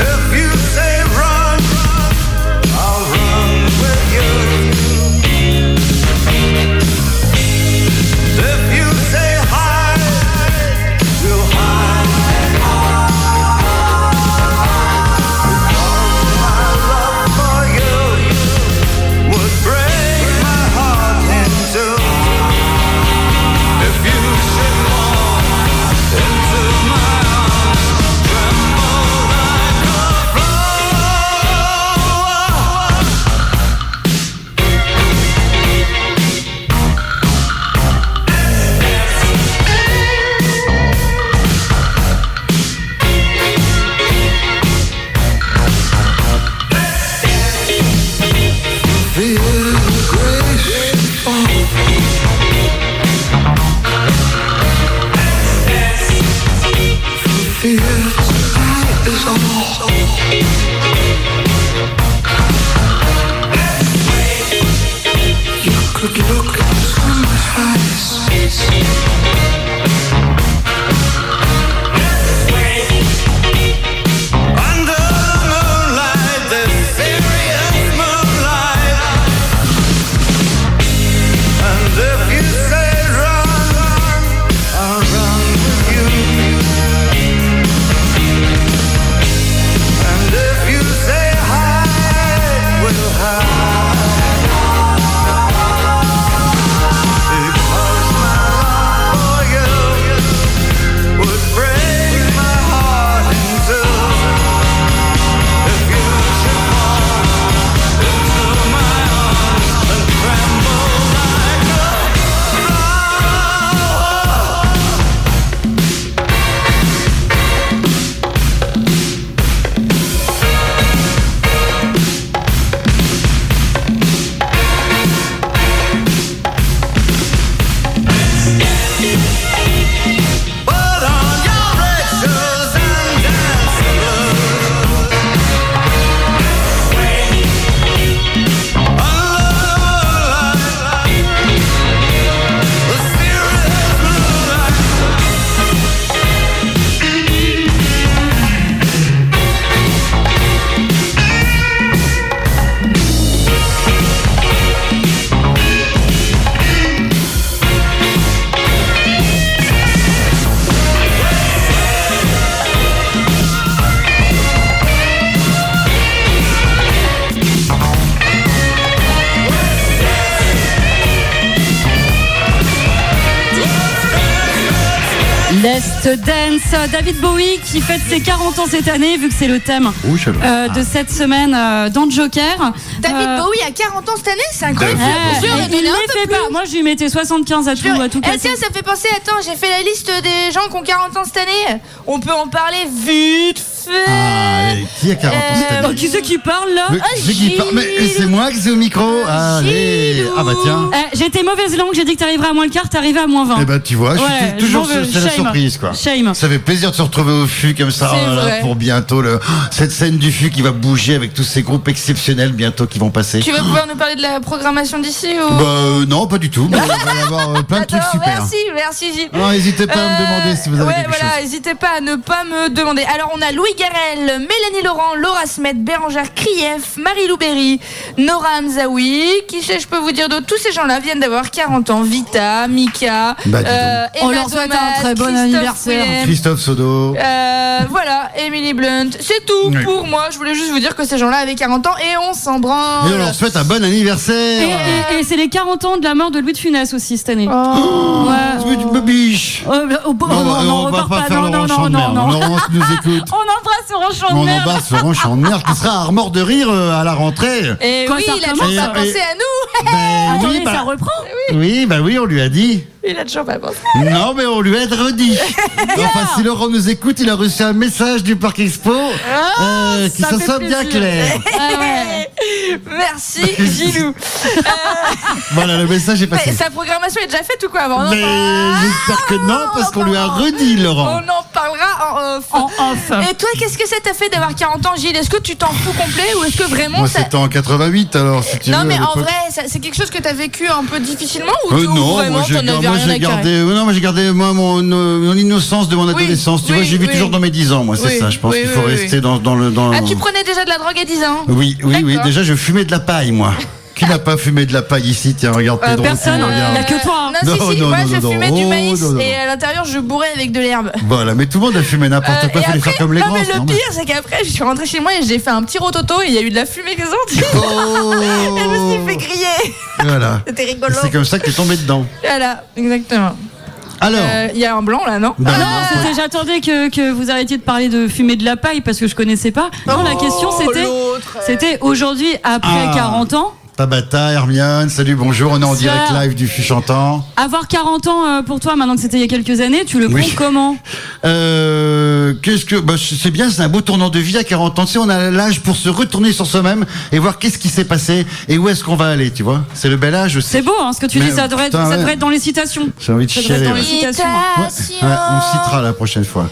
[SPEAKER 5] If you say run, I'll run with you. If you say hide, we'll hide. Because my love for you
[SPEAKER 8] The Dance, David Bowie qui fête ses 40 ans cette année, vu que c'est le thème
[SPEAKER 6] Ouh, je sais pas.
[SPEAKER 3] E,
[SPEAKER 8] euh, de cette semaine euh, dans Joker.
[SPEAKER 1] David
[SPEAKER 8] Euh,
[SPEAKER 1] Bowie a 40 ans cette année, c'est
[SPEAKER 3] eh,
[SPEAKER 1] incroyable.
[SPEAKER 8] Ouais,
[SPEAKER 1] Bien sûr,
[SPEAKER 8] il
[SPEAKER 1] il est un
[SPEAKER 8] les
[SPEAKER 1] peu
[SPEAKER 8] fait
[SPEAKER 1] plus.
[SPEAKER 8] pas. Moi, je lui mettais 75 à tout, à tout
[SPEAKER 1] Eh,
[SPEAKER 8] casser.
[SPEAKER 1] tiens, ça me fait penser, attends, j'ai fait la liste des gens qui ont 40 ans cette année. On peut en parler vite fait.
[SPEAKER 10] Ah, allez, qui a 40 ans cette
[SPEAKER 8] Euh,
[SPEAKER 10] année
[SPEAKER 8] qui c'est qui parle là
[SPEAKER 10] Le- c'est qui par- Mais c'est moi qui suis au micro. Allez. Ah bah tiens.
[SPEAKER 8] Eh, J'étais mauvaise langue, j'ai dit que t'arriverais à moins le quart, t'arrivais à moins 20.
[SPEAKER 10] Eh bah tu vois, je suis
[SPEAKER 8] Ouais,
[SPEAKER 10] toujours
[SPEAKER 8] je m'en veux.
[SPEAKER 10] c'est la
[SPEAKER 8] Shame.
[SPEAKER 10] surprise quoi.
[SPEAKER 8] Shame.
[SPEAKER 10] Ça fait plaisir de se retrouver au FU comme ça
[SPEAKER 8] C'est
[SPEAKER 10] oh là là,
[SPEAKER 8] vrai.
[SPEAKER 10] pour bientôt le cette scène du FU qui va bouger avec tous ces groupes exceptionnels bientôt qui vont passer.
[SPEAKER 1] Tu vas pouvoir nous parler de la programmation d'ici ou...
[SPEAKER 10] Bah euh, non, pas du tout. Mais on va y avoir euh, plein de trucs
[SPEAKER 1] Attends,
[SPEAKER 10] super. Ah,
[SPEAKER 1] merci, merci Gilles. Euh,
[SPEAKER 10] Alors, n'hésitez pas à me demander si vous avez
[SPEAKER 1] ouais,
[SPEAKER 10] quelque
[SPEAKER 1] voilà,
[SPEAKER 10] chose.
[SPEAKER 1] n'hésitez pas à ne pas me demander. Alors, on a Louis Garel, Mélanie Laurent, Laura Smet, Bérangère Krief, Marie Louberry, Nora Hamzaoui, qui sait, je peux vous dire d'autres. Tous ces gens-là viennent d'avoir 40 ans. Vita, Mika, euh,
[SPEAKER 10] Bah, dis donc.
[SPEAKER 1] Emma
[SPEAKER 8] On leur souhaite un très bon
[SPEAKER 1] Christophe
[SPEAKER 8] anniversaire.
[SPEAKER 1] Willem,
[SPEAKER 10] Christophe Sodo.
[SPEAKER 1] euh, voilà, Emily Blunt, c'est tout
[SPEAKER 10] Oui.
[SPEAKER 1] pour moi. Je voulais juste vous dire que ces gens-là avaient 40 ans et on s'en
[SPEAKER 10] Et on
[SPEAKER 1] branle.
[SPEAKER 10] leur souhaite un bon anniversaire.
[SPEAKER 8] Et, et- et c'est les 40 ans de la mort de Louis de Funès aussi cette année. Ouais.
[SPEAKER 10] Oui, tu- biche.
[SPEAKER 8] Oh, bah, oh, bah,
[SPEAKER 10] Oh. Non,
[SPEAKER 8] non,
[SPEAKER 10] bah,
[SPEAKER 8] non,
[SPEAKER 10] on
[SPEAKER 8] on
[SPEAKER 10] va
[SPEAKER 8] repart
[SPEAKER 10] pas
[SPEAKER 8] pas.
[SPEAKER 10] faire
[SPEAKER 8] Non,
[SPEAKER 10] Laurent
[SPEAKER 8] non, non, non,
[SPEAKER 10] Chandler.
[SPEAKER 8] non.
[SPEAKER 10] Laurent nous écoute.
[SPEAKER 8] On embrasse Laurent
[SPEAKER 3] Oh,
[SPEAKER 10] On
[SPEAKER 8] Chandler.
[SPEAKER 10] embrasse Laurent Chandler qui sera à remords de rire euh, à la rentrée.
[SPEAKER 1] Et
[SPEAKER 8] Quoi,
[SPEAKER 1] oui,
[SPEAKER 8] ça
[SPEAKER 1] il a
[SPEAKER 8] recommence,
[SPEAKER 1] toujours pas
[SPEAKER 10] ça
[SPEAKER 1] pensé à nous.
[SPEAKER 10] Ben,
[SPEAKER 8] Attendez,
[SPEAKER 10] bah,
[SPEAKER 8] ça reprend
[SPEAKER 10] oui, bah oui, on lui a dit.
[SPEAKER 1] Il a toujours pas pensé.
[SPEAKER 10] Non, mais on lui a redit. enfin, si Laurent nous écoute, il a reçu un message du Parc Expo euh, qui
[SPEAKER 8] ça
[SPEAKER 10] ça
[SPEAKER 8] fait
[SPEAKER 10] soit bien
[SPEAKER 8] plaisir.
[SPEAKER 10] clair.
[SPEAKER 8] Ah ouais.
[SPEAKER 1] Merci, Gilou.
[SPEAKER 10] Voilà, le message est
[SPEAKER 1] Mais
[SPEAKER 10] passé.
[SPEAKER 1] sa programmation est déjà faite ou quoi avant
[SPEAKER 10] Mais j'espère que non, parce qu'on lui a redit, Laurent.
[SPEAKER 1] On en parlera en off.
[SPEAKER 8] En off.
[SPEAKER 1] Et toi, qu'est-ce que ça t'a fait d'avoir 40 ans, Gilles Est-ce que tu t'en fous complet ou est-ce que vraiment
[SPEAKER 10] Moi,
[SPEAKER 1] ça...
[SPEAKER 10] c'était en 88, alors, si tu
[SPEAKER 1] Non,
[SPEAKER 10] veux, à
[SPEAKER 1] mais en
[SPEAKER 10] l'époque.
[SPEAKER 1] vrai, ça- c'est quelque chose que t'as vécu un peu difficilement ou,
[SPEAKER 10] Euh,
[SPEAKER 1] tu- ou
[SPEAKER 10] non,
[SPEAKER 1] vraiment
[SPEAKER 10] moi j'ai
[SPEAKER 1] t'en
[SPEAKER 10] gardé,
[SPEAKER 1] avais
[SPEAKER 10] moi,
[SPEAKER 1] rien
[SPEAKER 10] j'ai
[SPEAKER 1] à carrer
[SPEAKER 10] gardé, euh, non, moi, j'ai gardé moi, mon, euh, mon innocence de mon adolescence. Tu
[SPEAKER 1] oui,
[SPEAKER 10] vois, j'ai vu
[SPEAKER 1] oui.
[SPEAKER 10] toujours dans mes 10 ans, moi, c'est
[SPEAKER 1] Oui,
[SPEAKER 10] ça. Je pense
[SPEAKER 1] oui,
[SPEAKER 10] qu'il
[SPEAKER 1] oui,
[SPEAKER 10] faut
[SPEAKER 1] oui,
[SPEAKER 10] rester
[SPEAKER 1] oui.
[SPEAKER 10] dans, dans le. Dans...
[SPEAKER 1] Ah, tu prenais déjà de la drogue à 10 ans
[SPEAKER 10] Oui, oui, oui.
[SPEAKER 1] D'accord.
[SPEAKER 10] Déjà, je fumais de la paille, moi. Qui n'a pas fumé de la paille ici Tiens, regarde tes
[SPEAKER 8] Euh,
[SPEAKER 10] drôles.
[SPEAKER 8] personne, il n'y a
[SPEAKER 1] Euh,
[SPEAKER 8] que toi. hein.
[SPEAKER 1] Non,
[SPEAKER 10] Non,
[SPEAKER 1] si, si,
[SPEAKER 10] non,
[SPEAKER 1] moi
[SPEAKER 10] non,
[SPEAKER 1] je
[SPEAKER 10] non,
[SPEAKER 1] fumais
[SPEAKER 10] non.
[SPEAKER 1] du
[SPEAKER 10] Oh,
[SPEAKER 1] maïs
[SPEAKER 10] non, non.
[SPEAKER 1] et à l'intérieur je bourrais avec de l'herbe.
[SPEAKER 10] Voilà, mais tout le monde a fumé n'importe
[SPEAKER 1] Euh,
[SPEAKER 10] quoi,
[SPEAKER 1] et
[SPEAKER 10] fallait
[SPEAKER 1] après-
[SPEAKER 10] faire comme les
[SPEAKER 1] non,
[SPEAKER 10] grands.
[SPEAKER 1] mais
[SPEAKER 10] c'est
[SPEAKER 1] le
[SPEAKER 10] normal.
[SPEAKER 1] pire, c'est qu'après, je suis rentrée chez moi et j'ai fait un petit rototo et il y a eu de la fumée qui est sortie.
[SPEAKER 10] Oh
[SPEAKER 1] Et je me suis fait griller.
[SPEAKER 10] Voilà.
[SPEAKER 1] C'était rigolo.
[SPEAKER 10] C'est comme ça que Oh. t'es tombé dedans.
[SPEAKER 1] Voilà, exactement.
[SPEAKER 10] Alors,
[SPEAKER 1] Euh, ah, Il y a un blanc là, non
[SPEAKER 10] bah,
[SPEAKER 8] Non, c'était- j'attendais que, que vous arrêtiez de parler de fumer de la paille parce que je connaissais pas. Non, la question c'était, c'était aujourd'hui après
[SPEAKER 10] Ah.
[SPEAKER 8] 40 ans,
[SPEAKER 10] Tabata, Hermione, salut, bonjour, on est en
[SPEAKER 8] Bonsoir.
[SPEAKER 10] direct live du Fuch Chantant.
[SPEAKER 8] avoir 40 ans euh, pour toi maintenant que c'était il y a quelques années, tu le
[SPEAKER 10] Oui.
[SPEAKER 8] comptes comment
[SPEAKER 10] Euh, qu'est-ce que bah, c'est c'est bien, c'est un beau tournant de vie à 40 ans. Tu sais, on a l'âge pour se retourner sur soi-même et voir qu'est-ce qui s'est passé et où est-ce qu'on va aller, tu vois. C'est le bel âge aussi.
[SPEAKER 8] C'est beau hein, ce que tu
[SPEAKER 10] Mais,
[SPEAKER 8] dis, ça devrait, être,
[SPEAKER 10] putain,
[SPEAKER 8] ça
[SPEAKER 10] ouais.
[SPEAKER 8] devrait être dans les citations.
[SPEAKER 10] J'ai envie de
[SPEAKER 8] Ça devrait être
[SPEAKER 10] chialer.
[SPEAKER 8] dans
[SPEAKER 10] ouais.
[SPEAKER 8] les citations.
[SPEAKER 10] Ouais, ouais,
[SPEAKER 1] hein.
[SPEAKER 10] on citera la prochaine fois.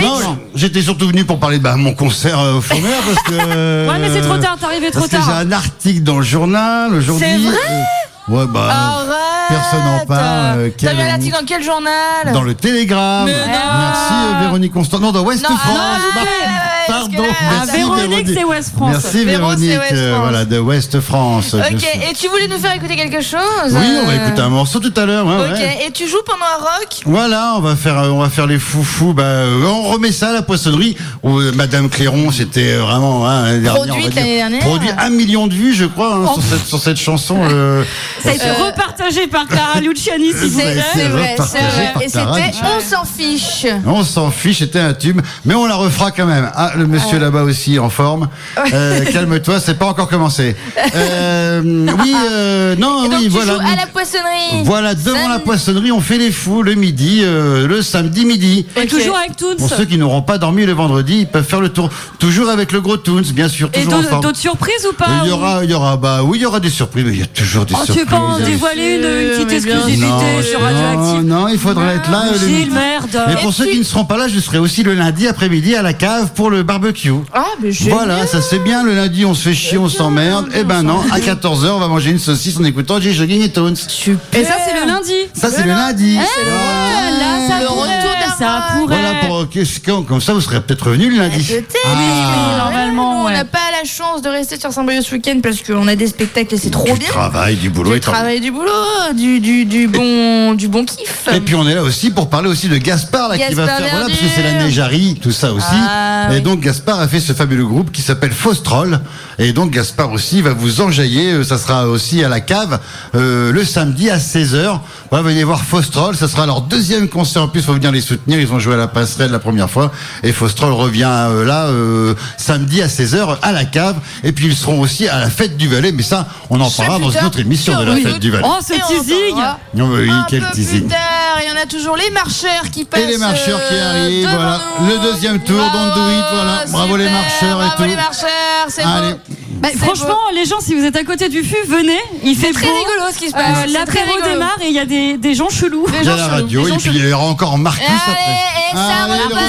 [SPEAKER 10] Non, non, j'étais surtout venu pour parler de bah, mon concert euh, au Faumeur parce que.
[SPEAKER 8] Ouais, mais c'est trop tard, t'es arrivé trop
[SPEAKER 10] parce que
[SPEAKER 8] tard.
[SPEAKER 10] j'ai un article dans le journal aujourd'hui.
[SPEAKER 1] C'est vrai Ah,
[SPEAKER 10] et- Ouais, bah.
[SPEAKER 1] Arrête
[SPEAKER 10] Personne n'en parle, euh,
[SPEAKER 1] T'as
[SPEAKER 10] quel-
[SPEAKER 1] vu un article dans quel journal
[SPEAKER 10] Dans le Télégramme.
[SPEAKER 1] non.
[SPEAKER 10] Merci euh, Véronique Constant. Non, dans Ouest
[SPEAKER 1] Non,
[SPEAKER 10] France.
[SPEAKER 1] ah,
[SPEAKER 10] Bah,
[SPEAKER 1] ouais, ouais, parce que
[SPEAKER 10] Pardon.
[SPEAKER 1] là-
[SPEAKER 8] Ah,
[SPEAKER 10] Merci,
[SPEAKER 8] Véronique, c'est West France.
[SPEAKER 10] Merci
[SPEAKER 1] Véro, c'est
[SPEAKER 10] Véronique,
[SPEAKER 1] Ouest
[SPEAKER 10] euh,
[SPEAKER 1] France.
[SPEAKER 10] voilà, de Ouest France. bien
[SPEAKER 1] Ok,
[SPEAKER 10] sûr.
[SPEAKER 1] et tu voulais nous faire écouter quelque chose
[SPEAKER 10] Oui, on va
[SPEAKER 1] euh,
[SPEAKER 10] écouter un morceau tout à l'heure. ouais,
[SPEAKER 1] Ok,
[SPEAKER 10] ouais.
[SPEAKER 1] et tu joues pendant un rock
[SPEAKER 10] Voilà, on va faire, euh, on va faire les foufous. Bah, euh, on remet ça à la poissonnerie. où, euh, Madame Cléron, c'était euh, vraiment hein, l'année dernière, on va
[SPEAKER 1] Produite
[SPEAKER 10] dire.
[SPEAKER 1] l'année dernière.
[SPEAKER 10] Produit un million de vues, je crois, hein, sur, cette, sur cette chanson. euh,
[SPEAKER 8] Ça a été repartagé par Clara Luciani, si vous
[SPEAKER 10] Ça a
[SPEAKER 8] voulez.
[SPEAKER 10] été
[SPEAKER 1] C'est vrai, c'est
[SPEAKER 10] repartagé
[SPEAKER 1] vrai.
[SPEAKER 10] par
[SPEAKER 1] Et
[SPEAKER 10] Tara
[SPEAKER 1] c'était
[SPEAKER 10] Luciani.
[SPEAKER 1] On s'en fiche.
[SPEAKER 10] On s'en fiche, c'était un tube, mais on la refera quand même. Ah, le monsieur là-bas aussi en forme. Euh, Calme-toi, c'est pas encore commencé. Euh, oui, euh, non,
[SPEAKER 1] Et donc
[SPEAKER 10] oui,
[SPEAKER 1] tu
[SPEAKER 10] voilà.
[SPEAKER 1] joues à la poissonnerie.
[SPEAKER 10] Voilà, devant
[SPEAKER 1] Sam-
[SPEAKER 10] la poissonnerie, on fait les fous le midi, euh, le samedi midi.
[SPEAKER 8] Et toujours avec Toons.
[SPEAKER 10] Pour ceux qui n'auront pas dormi le vendredi, ils peuvent faire le tour. Toujours avec le gros Toons, bien sûr,
[SPEAKER 8] Et
[SPEAKER 10] toujours en
[SPEAKER 8] d'autres
[SPEAKER 10] forme.
[SPEAKER 8] d'autres surprises ou
[SPEAKER 10] Et
[SPEAKER 8] pas
[SPEAKER 10] Il y aura, il y aura, bah oui, il y aura des surprises, mais il y a toujours des
[SPEAKER 8] Oh, tu
[SPEAKER 10] surprises.
[SPEAKER 8] veux pas en dévoiler une, une petite exclusivité
[SPEAKER 10] Non,
[SPEAKER 8] sur Radioactive Ah,
[SPEAKER 10] non, non, il faudrait être là. euh, le
[SPEAKER 8] Gilles,
[SPEAKER 10] midi.
[SPEAKER 8] merde.
[SPEAKER 10] Mais pour
[SPEAKER 1] Et
[SPEAKER 10] ceux
[SPEAKER 1] puis-
[SPEAKER 10] qui ne seront pas là, je serai aussi le lundi après-midi à la cave pour le barbecue.
[SPEAKER 1] Ah, mais Eh je.
[SPEAKER 10] Voilà, ça c'est bien, le lundi on se fait chier, on s'emmerde. Et ben non, à 14h on va manger une saucisse en écoutant J. Jogging et Tones.
[SPEAKER 8] Et ça, c'est le lundi.
[SPEAKER 10] Ça c'est le
[SPEAKER 1] Eh,
[SPEAKER 10] lundi.
[SPEAKER 8] Ah, là, ça
[SPEAKER 1] Le
[SPEAKER 8] pourrait,
[SPEAKER 1] retour d'un
[SPEAKER 8] ça
[SPEAKER 1] rêve.
[SPEAKER 8] pourrait.
[SPEAKER 10] Voilà pour qu'est-ce qu'on- comme ça vous serez peut-être revenu le lundi.
[SPEAKER 1] Eh,
[SPEAKER 10] Ah,
[SPEAKER 1] Peut-être.
[SPEAKER 8] Oui, normalement,
[SPEAKER 1] On
[SPEAKER 8] ouais.
[SPEAKER 1] n'a pas la chance de rester sur Saint-Brieuc ce week-end parce qu'on a des spectacles et c'est trop
[SPEAKER 10] Du
[SPEAKER 1] bien.
[SPEAKER 10] travail, du boulot
[SPEAKER 1] Du
[SPEAKER 10] et tant
[SPEAKER 1] travail, du boulot, du, du, du, bon, du bon kiff.
[SPEAKER 10] Et puis on est là aussi pour parler aussi de Gaspard là, qui va
[SPEAKER 1] Gaspard
[SPEAKER 10] faire voilà parce
[SPEAKER 1] Verdier.
[SPEAKER 10] que c'est la Neijari, tout ça aussi.
[SPEAKER 1] Ah,
[SPEAKER 10] et
[SPEAKER 1] oui.
[SPEAKER 10] donc Gaspard a fait ce fabuleux groupe qui s'appelle Faustrol et donc Gaspard aussi va vous enjailler, euh, ça sera aussi à la cave euh, le samedi à 16h. Voilà, venez voir Faustrol, ça sera leur deuxième concert en plus, faut venir les soutenir. soutenir. Ils ont joué à la passerelle la première fois. Et Fostrol revient euh, là euh, samedi à 16h à la cave. Et puis ils seront aussi à la fête du Valais. Mais ça, on en parlera dans une autre émission de la fête du
[SPEAKER 3] Oh,
[SPEAKER 10] Valais.
[SPEAKER 1] Et on entendra
[SPEAKER 10] Non, mais oui,
[SPEAKER 1] un
[SPEAKER 10] quel
[SPEAKER 1] peu
[SPEAKER 10] teasing.
[SPEAKER 1] plus tard, il y en a toujours les marcheurs qui passent.
[SPEAKER 10] Et les marcheurs qui
[SPEAKER 1] euh,
[SPEAKER 10] arrivent,
[SPEAKER 1] devant
[SPEAKER 10] voilà.
[SPEAKER 1] nous.
[SPEAKER 10] Le deuxième tour, dans do it, voilà. Bravo les marcheurs et
[SPEAKER 1] Bravo
[SPEAKER 10] tout.
[SPEAKER 1] les marcheurs, c'est
[SPEAKER 10] Allez.
[SPEAKER 1] beau.
[SPEAKER 3] Bah,
[SPEAKER 1] C'est
[SPEAKER 3] franchement, les gens, si vous êtes à côté du fût, venez. Il fait
[SPEAKER 1] très
[SPEAKER 3] beau.
[SPEAKER 1] rigolo ce qui se
[SPEAKER 8] Euh,
[SPEAKER 1] passe. C'est
[SPEAKER 3] L'apéro
[SPEAKER 1] très rigolo.
[SPEAKER 3] démarre et il y a des, des gens chelous.
[SPEAKER 10] Il y a la radio, et puis il y aura encore Marcus après. Allez, le revient,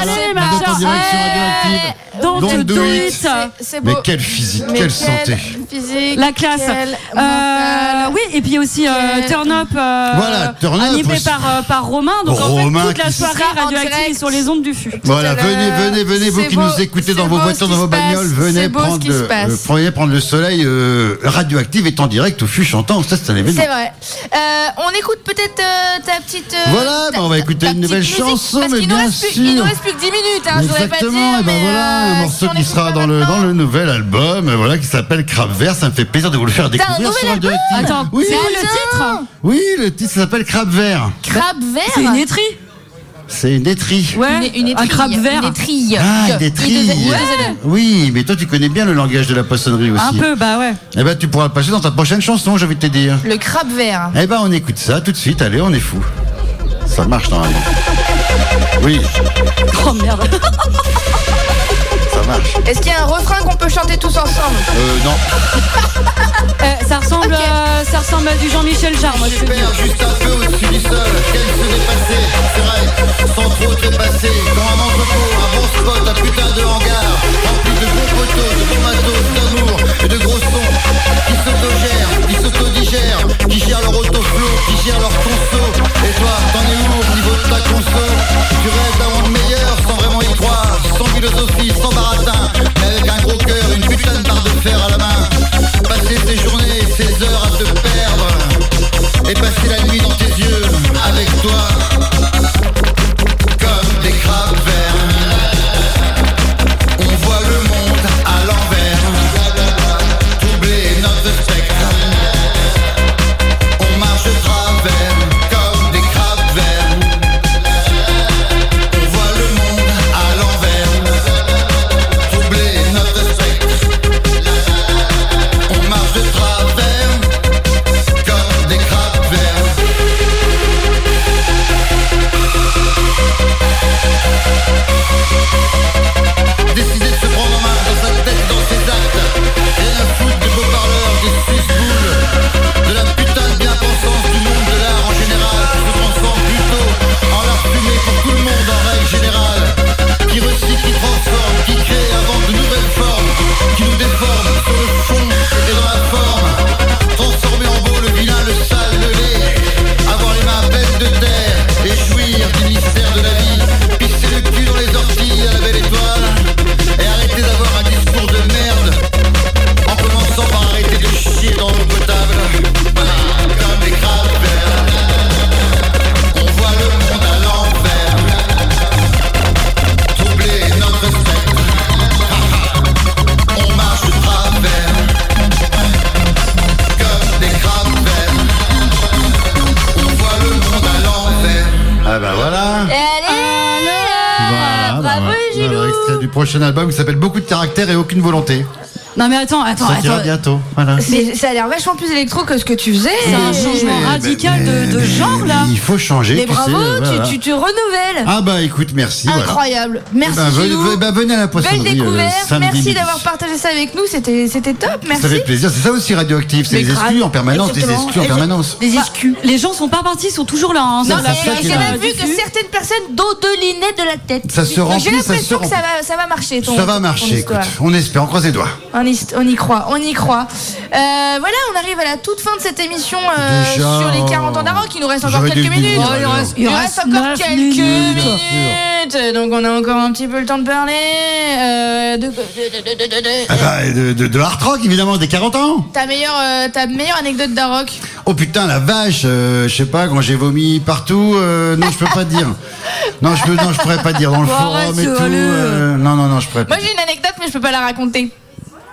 [SPEAKER 3] Allez,
[SPEAKER 10] voilà. Vous êtes en direction radioactive.
[SPEAKER 3] Dans
[SPEAKER 10] Don't
[SPEAKER 3] le
[SPEAKER 10] do it.
[SPEAKER 1] C'est
[SPEAKER 10] Mais
[SPEAKER 1] beau.
[SPEAKER 10] quelle physique,
[SPEAKER 1] Mais
[SPEAKER 10] quelle santé.
[SPEAKER 1] physique,
[SPEAKER 3] La classe.
[SPEAKER 1] quel
[SPEAKER 3] Euh,
[SPEAKER 1] mental.
[SPEAKER 3] oui, et puis aussi euh,
[SPEAKER 1] Quel-
[SPEAKER 3] Turn Up, euh,
[SPEAKER 10] Voilà, Turn Up
[SPEAKER 3] animé
[SPEAKER 10] aussi.
[SPEAKER 3] par, euh, par Romain. Donc en
[SPEAKER 10] Romain
[SPEAKER 3] fait, toute la
[SPEAKER 10] qui-
[SPEAKER 3] soirée
[SPEAKER 1] En
[SPEAKER 3] radioactive
[SPEAKER 1] direct.
[SPEAKER 3] est sur les ondes du fût.
[SPEAKER 10] Voilà,
[SPEAKER 1] Tout à
[SPEAKER 10] venez,
[SPEAKER 1] l'heure.
[SPEAKER 10] venez, venez, vous
[SPEAKER 1] C'est
[SPEAKER 10] qui
[SPEAKER 1] beau,
[SPEAKER 10] nous écoutez
[SPEAKER 1] c'est
[SPEAKER 10] dans vos
[SPEAKER 1] beau
[SPEAKER 10] voitures, dans
[SPEAKER 1] ce qui
[SPEAKER 10] vos
[SPEAKER 1] se passe,
[SPEAKER 10] bagnoles,
[SPEAKER 1] c'est
[SPEAKER 10] venez
[SPEAKER 1] beau ce
[SPEAKER 10] prendre,
[SPEAKER 1] qui se
[SPEAKER 10] le,
[SPEAKER 1] passe.
[SPEAKER 10] euh, prenez prendre le soleil euh, radioactif est en direct au fût chantant. Ça, c'est un événement.
[SPEAKER 1] C'est vrai. Euh, on écoute peut-être euh, ta petite. euh,
[SPEAKER 10] Voilà,
[SPEAKER 1] ta-
[SPEAKER 10] bah, on va écouter
[SPEAKER 1] ta
[SPEAKER 10] une
[SPEAKER 1] petite
[SPEAKER 10] nouvelle
[SPEAKER 1] musique,
[SPEAKER 10] chanson,
[SPEAKER 1] parce
[SPEAKER 10] mais
[SPEAKER 1] qu'il nous
[SPEAKER 10] bien
[SPEAKER 1] reste plus- Il nous
[SPEAKER 10] sûr.
[SPEAKER 1] reste plus que 10 minutes, hein, je voudrais pas dire.
[SPEAKER 10] Exactement, et ben
[SPEAKER 1] mais,
[SPEAKER 10] voilà,
[SPEAKER 1] euh,
[SPEAKER 10] un
[SPEAKER 1] si
[SPEAKER 10] morceau
[SPEAKER 1] on
[SPEAKER 10] qui
[SPEAKER 1] écoute
[SPEAKER 10] sera
[SPEAKER 1] pas
[SPEAKER 10] dans le,
[SPEAKER 1] maintenant-
[SPEAKER 10] dans le nouvel album, euh, voilà, qui s'appelle Crave Vert. Ça me fait plaisir de vous le faire
[SPEAKER 1] T'as un
[SPEAKER 10] découvrir sur
[SPEAKER 1] nouvel album
[SPEAKER 10] Radioactive.
[SPEAKER 3] Attends,
[SPEAKER 10] oui,
[SPEAKER 3] c'est quoi le titre
[SPEAKER 10] oui, le titre s'appelle Crabe Vert.
[SPEAKER 1] Crabe vert
[SPEAKER 3] C'est une étrie
[SPEAKER 10] C'est une étrie.
[SPEAKER 3] Ouais,
[SPEAKER 1] Une- une
[SPEAKER 3] un crabe
[SPEAKER 1] étrille,
[SPEAKER 3] vert.
[SPEAKER 1] Une étrille.
[SPEAKER 10] Ah,
[SPEAKER 1] Une
[SPEAKER 10] une étrie.
[SPEAKER 1] deux- une deux-
[SPEAKER 10] Oui, mais toi, tu connais bien le langage de la poissonnerie aussi.
[SPEAKER 3] Un peu, bah ouais.
[SPEAKER 10] Eh ben, tu pourras le passer dans ta prochaine chanson, j'ai envie de te dire.
[SPEAKER 1] Le crabe vert.
[SPEAKER 10] Eh ben, on écoute ça tout de suite. Allez, on est fou. Ça marche normalement. Oui,
[SPEAKER 3] Oh merde.
[SPEAKER 10] ça marche.
[SPEAKER 1] Est-ce qu'il y a un refrain qu'on peut chanter tous ensemble
[SPEAKER 10] Euh, non.
[SPEAKER 3] Eh, ça, ressemble, euh, ça ressemble à du Jean-Michel Jarre, moi, je veux dire.
[SPEAKER 10] juste un peu au-dessus du sol. Quel se dépasser, c'est vrai, sans trop te dépasser. Dans un entrepôt, un bon spot, un putain de hangar. Rempli de bons poteaux, de bons matos, d'amour et de gros sons. Qui s'autogèrent, qui s'autodigèrent, qui gèrent leur autoflot, qui gèrent leur conso. Et toi, t'en es où au niveau de ta conso Tu rêves d'un monde meilleur sans vraiment y croire. Sans philosophie, sans baratin, mais avec un gros cœur, une putain de barre de fer à la main. Passer ses journées, ses heures à se perdre et passer la nuit dans tes yeux avec toi comme des crabes verts. On voit le monde à l'envers, doubler notre spectre. On marche de travers comme des crabes verts. On voit le monde à l'envers, doubler notre spectre. On marche de travers. Comme des crabes verts. Décider de se prendre en main dans sa tête, dans ses actes. Rien à foutre des beaux parleurs, des suisse-boules. De la putain de bien-pensance du monde de l'art en général. Qui se transforme plutôt en l'art fumé pour tout le monde en règle générale. Qui recycle, qui transforme, qui crée, invente de nouvelles formes. Qui nous déforme sur le fond et dans la forme. Transformer en beau le vilain, le sale, le laid. Avoir les mains belles de terre et jouir du mystère de la vie. Pisser le cul dans les orties à la belle étoile. Et arrêter d'avoir un discours de merde. En commençant par arrêter de chier dans l'eau potable. Voilà, Comme les crabes verts. On voit le monde à l'envers. Troubler notre spectre. On marche de travers. Comme des crabes verts. On voit le monde à l'envers. Ah bah voilà
[SPEAKER 1] Et Allez là
[SPEAKER 10] voilà,
[SPEAKER 1] Bravo
[SPEAKER 10] bah, voilà,
[SPEAKER 1] Gilou
[SPEAKER 10] extrait du prochain album qui s'appelle Beaucoup de caractère et aucune volonté.
[SPEAKER 3] Non, mais attends, attends,
[SPEAKER 10] Sortira
[SPEAKER 3] attends.
[SPEAKER 10] bientôt. Voilà.
[SPEAKER 1] Mais ça a l'air vachement plus électro que ce que tu faisais.
[SPEAKER 3] C'est un changement
[SPEAKER 10] Mais-
[SPEAKER 3] radical
[SPEAKER 10] mais-
[SPEAKER 3] de, de
[SPEAKER 10] mais-
[SPEAKER 3] genre,
[SPEAKER 10] mais
[SPEAKER 3] là.
[SPEAKER 10] Il faut changer.
[SPEAKER 1] Mais
[SPEAKER 10] tu
[SPEAKER 1] bravo,
[SPEAKER 10] sais, voilà.
[SPEAKER 1] tu, tu te renouvelles.
[SPEAKER 10] Ah bah écoute, merci. voilà.
[SPEAKER 1] Incroyable.
[SPEAKER 10] Eh
[SPEAKER 1] Merci
[SPEAKER 10] ben, venez,
[SPEAKER 1] Gilou.
[SPEAKER 10] eh ben, venez à la
[SPEAKER 1] Belle
[SPEAKER 10] poissonnerie. euh,
[SPEAKER 1] découverte.
[SPEAKER 10] samedi
[SPEAKER 1] Merci
[SPEAKER 10] midi.
[SPEAKER 1] d'avoir partagé ça avec nous. C'était c'était top.
[SPEAKER 10] Ça fait
[SPEAKER 1] Merci.
[SPEAKER 10] plaisir. C'est ça aussi radioactif. C'est
[SPEAKER 1] Mais
[SPEAKER 10] les exclus
[SPEAKER 1] grave.
[SPEAKER 10] en permanence, des
[SPEAKER 1] Exactement.
[SPEAKER 10] exclus en
[SPEAKER 1] Et-
[SPEAKER 10] permanence.
[SPEAKER 1] Des
[SPEAKER 3] Bah,
[SPEAKER 1] excuses.
[SPEAKER 3] les gens sont pas partis, ils sont toujours là. hein,
[SPEAKER 1] Non,
[SPEAKER 3] sur
[SPEAKER 1] mais
[SPEAKER 10] ça,
[SPEAKER 3] la
[SPEAKER 10] ça,
[SPEAKER 1] j'ai
[SPEAKER 10] c'est
[SPEAKER 1] même
[SPEAKER 10] la-
[SPEAKER 1] vu
[SPEAKER 3] Eh,
[SPEAKER 1] que certaines personnes dodelinaient de la tête.
[SPEAKER 10] Ça se
[SPEAKER 1] Donc,
[SPEAKER 10] remplit,
[SPEAKER 1] J'ai
[SPEAKER 10] ça se
[SPEAKER 1] l'impression que
[SPEAKER 10] remplit.
[SPEAKER 1] ça va, ça va marcher. ton-
[SPEAKER 10] Ça va
[SPEAKER 1] ton
[SPEAKER 10] marcher. Écoute,
[SPEAKER 1] histoire.
[SPEAKER 10] on espère. On croise les doigts.
[SPEAKER 1] On y, on y croit, on y croit. Euh, voilà, on arrive à la toute fin de cette émission euh,
[SPEAKER 10] Déjà,
[SPEAKER 1] sur les 40 ans d'Aroc. Il nous reste encore
[SPEAKER 10] j'aurais dû
[SPEAKER 1] quelques
[SPEAKER 10] le dire,
[SPEAKER 1] minutes.
[SPEAKER 10] Oh, il alors. reste-
[SPEAKER 1] il
[SPEAKER 3] il
[SPEAKER 1] reste,
[SPEAKER 3] reste
[SPEAKER 1] encore
[SPEAKER 3] neuf
[SPEAKER 1] quelques
[SPEAKER 3] minutes.
[SPEAKER 1] minutes. Donc on a encore un petit peu le temps de parler. euh, de-
[SPEAKER 10] Ah bah, et de, de- de hard rock, évidemment, des 40 ans.
[SPEAKER 1] Ta meilleure, euh, ta meilleure anecdote d'Aroc
[SPEAKER 10] Oh putain, la vache. euh, je sais pas, quand j'ai vomi partout. euh, non, je peux pas dire. Non, je peux, non, je pourrais pas dire dans le
[SPEAKER 3] Bon, arrête,
[SPEAKER 10] forum et tout.
[SPEAKER 3] allez.
[SPEAKER 10] euh, non, non, non, je pourrais pas.
[SPEAKER 1] Moi j'ai une anecdote mais je peux pas la raconter.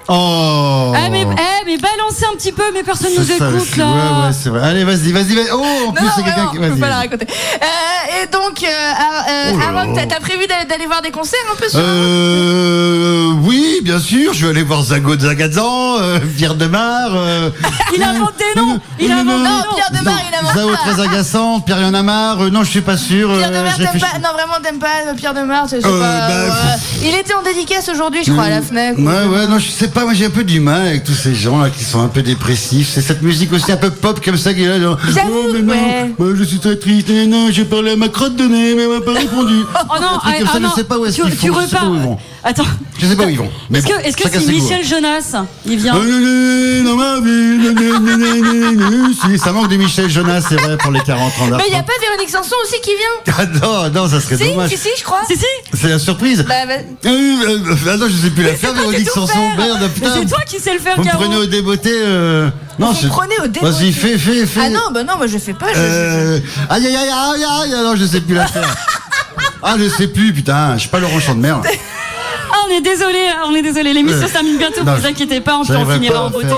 [SPEAKER 10] Oh.
[SPEAKER 3] Ah, mais, eh, mais
[SPEAKER 11] mais balancez un petit peu, mais personne nous
[SPEAKER 10] C'est ça,
[SPEAKER 11] écoute
[SPEAKER 10] c'est-
[SPEAKER 11] là.
[SPEAKER 10] Ouais, ouais, c'est vrai. Allez, vas-y, vas-y, vas-y. Oh, en plus,
[SPEAKER 1] non,
[SPEAKER 10] c'est quelqu'un
[SPEAKER 1] vraiment,
[SPEAKER 10] qui.
[SPEAKER 1] je peux
[SPEAKER 10] Vas-y.
[SPEAKER 1] pas la
[SPEAKER 10] vas-y.
[SPEAKER 1] raconter. Euh, et donc, euh, Ar- euh,
[SPEAKER 10] Oh là
[SPEAKER 1] Aaron,
[SPEAKER 10] là.
[SPEAKER 1] t'as- t'as prévu d'aller d'aller voir des concerts un peu sur
[SPEAKER 10] Euh, oui, bien sûr, je vais aller voir Zago de Zagazan, euh, Pierre Demar. euh,
[SPEAKER 1] Il a inventé non Il a inventé non Pierre Demar, il a inventé
[SPEAKER 10] Zao très agaçante, Pierre Yonamar. euh, non, je suis pas sûr. euh,
[SPEAKER 1] Pierre Demar,
[SPEAKER 10] je
[SPEAKER 1] t'aimes
[SPEAKER 10] réfléchis.
[SPEAKER 1] pas Non, vraiment, t'aimes pas Pierre Demar je sais
[SPEAKER 10] Euh,
[SPEAKER 1] pas,
[SPEAKER 10] bah,
[SPEAKER 1] euh, Il était en dédicace aujourd'hui, je crois, à la FNAC.
[SPEAKER 10] Ouais, ouais, non, je sais pas, moi j'ai un peu du mal avec tous ces gens là qui sont un peu dépressifs. C'est cette musique aussi un peu pop comme ça qui est là, genre. Oh, mais non,
[SPEAKER 1] ouais.
[SPEAKER 10] moi, je suis très triste, et non, j'ai parlé à ma crotte de nez, mais elle m'a pas répondu.
[SPEAKER 11] Oh non,
[SPEAKER 10] Un truc
[SPEAKER 11] ah,
[SPEAKER 10] comme
[SPEAKER 11] ah
[SPEAKER 10] ça,
[SPEAKER 11] non,
[SPEAKER 10] je sais pas où est-ce
[SPEAKER 11] tu-
[SPEAKER 10] qu'ils
[SPEAKER 11] tu
[SPEAKER 10] font, je sais pas
[SPEAKER 11] repars.
[SPEAKER 10] où ils vont.
[SPEAKER 11] Attends.
[SPEAKER 10] Je sais pas où ils vont. mais
[SPEAKER 11] Est-ce
[SPEAKER 10] bon,
[SPEAKER 11] que est-ce que
[SPEAKER 10] chacun
[SPEAKER 11] c'est
[SPEAKER 10] ses goûts.
[SPEAKER 11] Michel Jonas Il vient.
[SPEAKER 10] Ah, né, né, dans ma vie, né, né, né, né, né, né, né. Si, Ça manque de Michel Jonas, c'est vrai, pour les 40 ans
[SPEAKER 1] Mais il n'y a
[SPEAKER 10] d'art.
[SPEAKER 1] pas Véronique Sanson aussi qui vient
[SPEAKER 10] Ah non, non, ça serait
[SPEAKER 1] Si,
[SPEAKER 10] dommage.
[SPEAKER 1] si, si, je crois. Si, si.
[SPEAKER 10] C'est la surprise.
[SPEAKER 1] Bah, bah-
[SPEAKER 10] Ah oui, euh, euh, ah non, je sais plus la faire,
[SPEAKER 1] toi qui
[SPEAKER 10] Véronique
[SPEAKER 1] tout
[SPEAKER 10] Sanson.
[SPEAKER 1] faire.
[SPEAKER 10] Merde,
[SPEAKER 1] Mais
[SPEAKER 10] putain.
[SPEAKER 1] c'est toi qui sais le faire,
[SPEAKER 10] Vous me
[SPEAKER 1] Caro.
[SPEAKER 10] prenez au débeauté. euh, Non,
[SPEAKER 1] Vous prenez au démon.
[SPEAKER 10] Vas-y, fais, fais, fais.
[SPEAKER 1] Ah non, bah non, moi je fais pas. je-
[SPEAKER 10] Euh, Aïe, aïe, aïe, aïe, aïe, ah non, je sais plus la faire. Ah, je sais plus, putain, je suis pas Laurent Chandemerle.
[SPEAKER 11] Ah, on est désolé, on est désolé. L'émission
[SPEAKER 10] Euh,
[SPEAKER 11] se termine bientôt,
[SPEAKER 10] non,
[SPEAKER 11] vous inquiétez pas, on peut en
[SPEAKER 10] j'arriverai
[SPEAKER 11] finira
[SPEAKER 10] pas à
[SPEAKER 11] en beauté.
[SPEAKER 10] faire.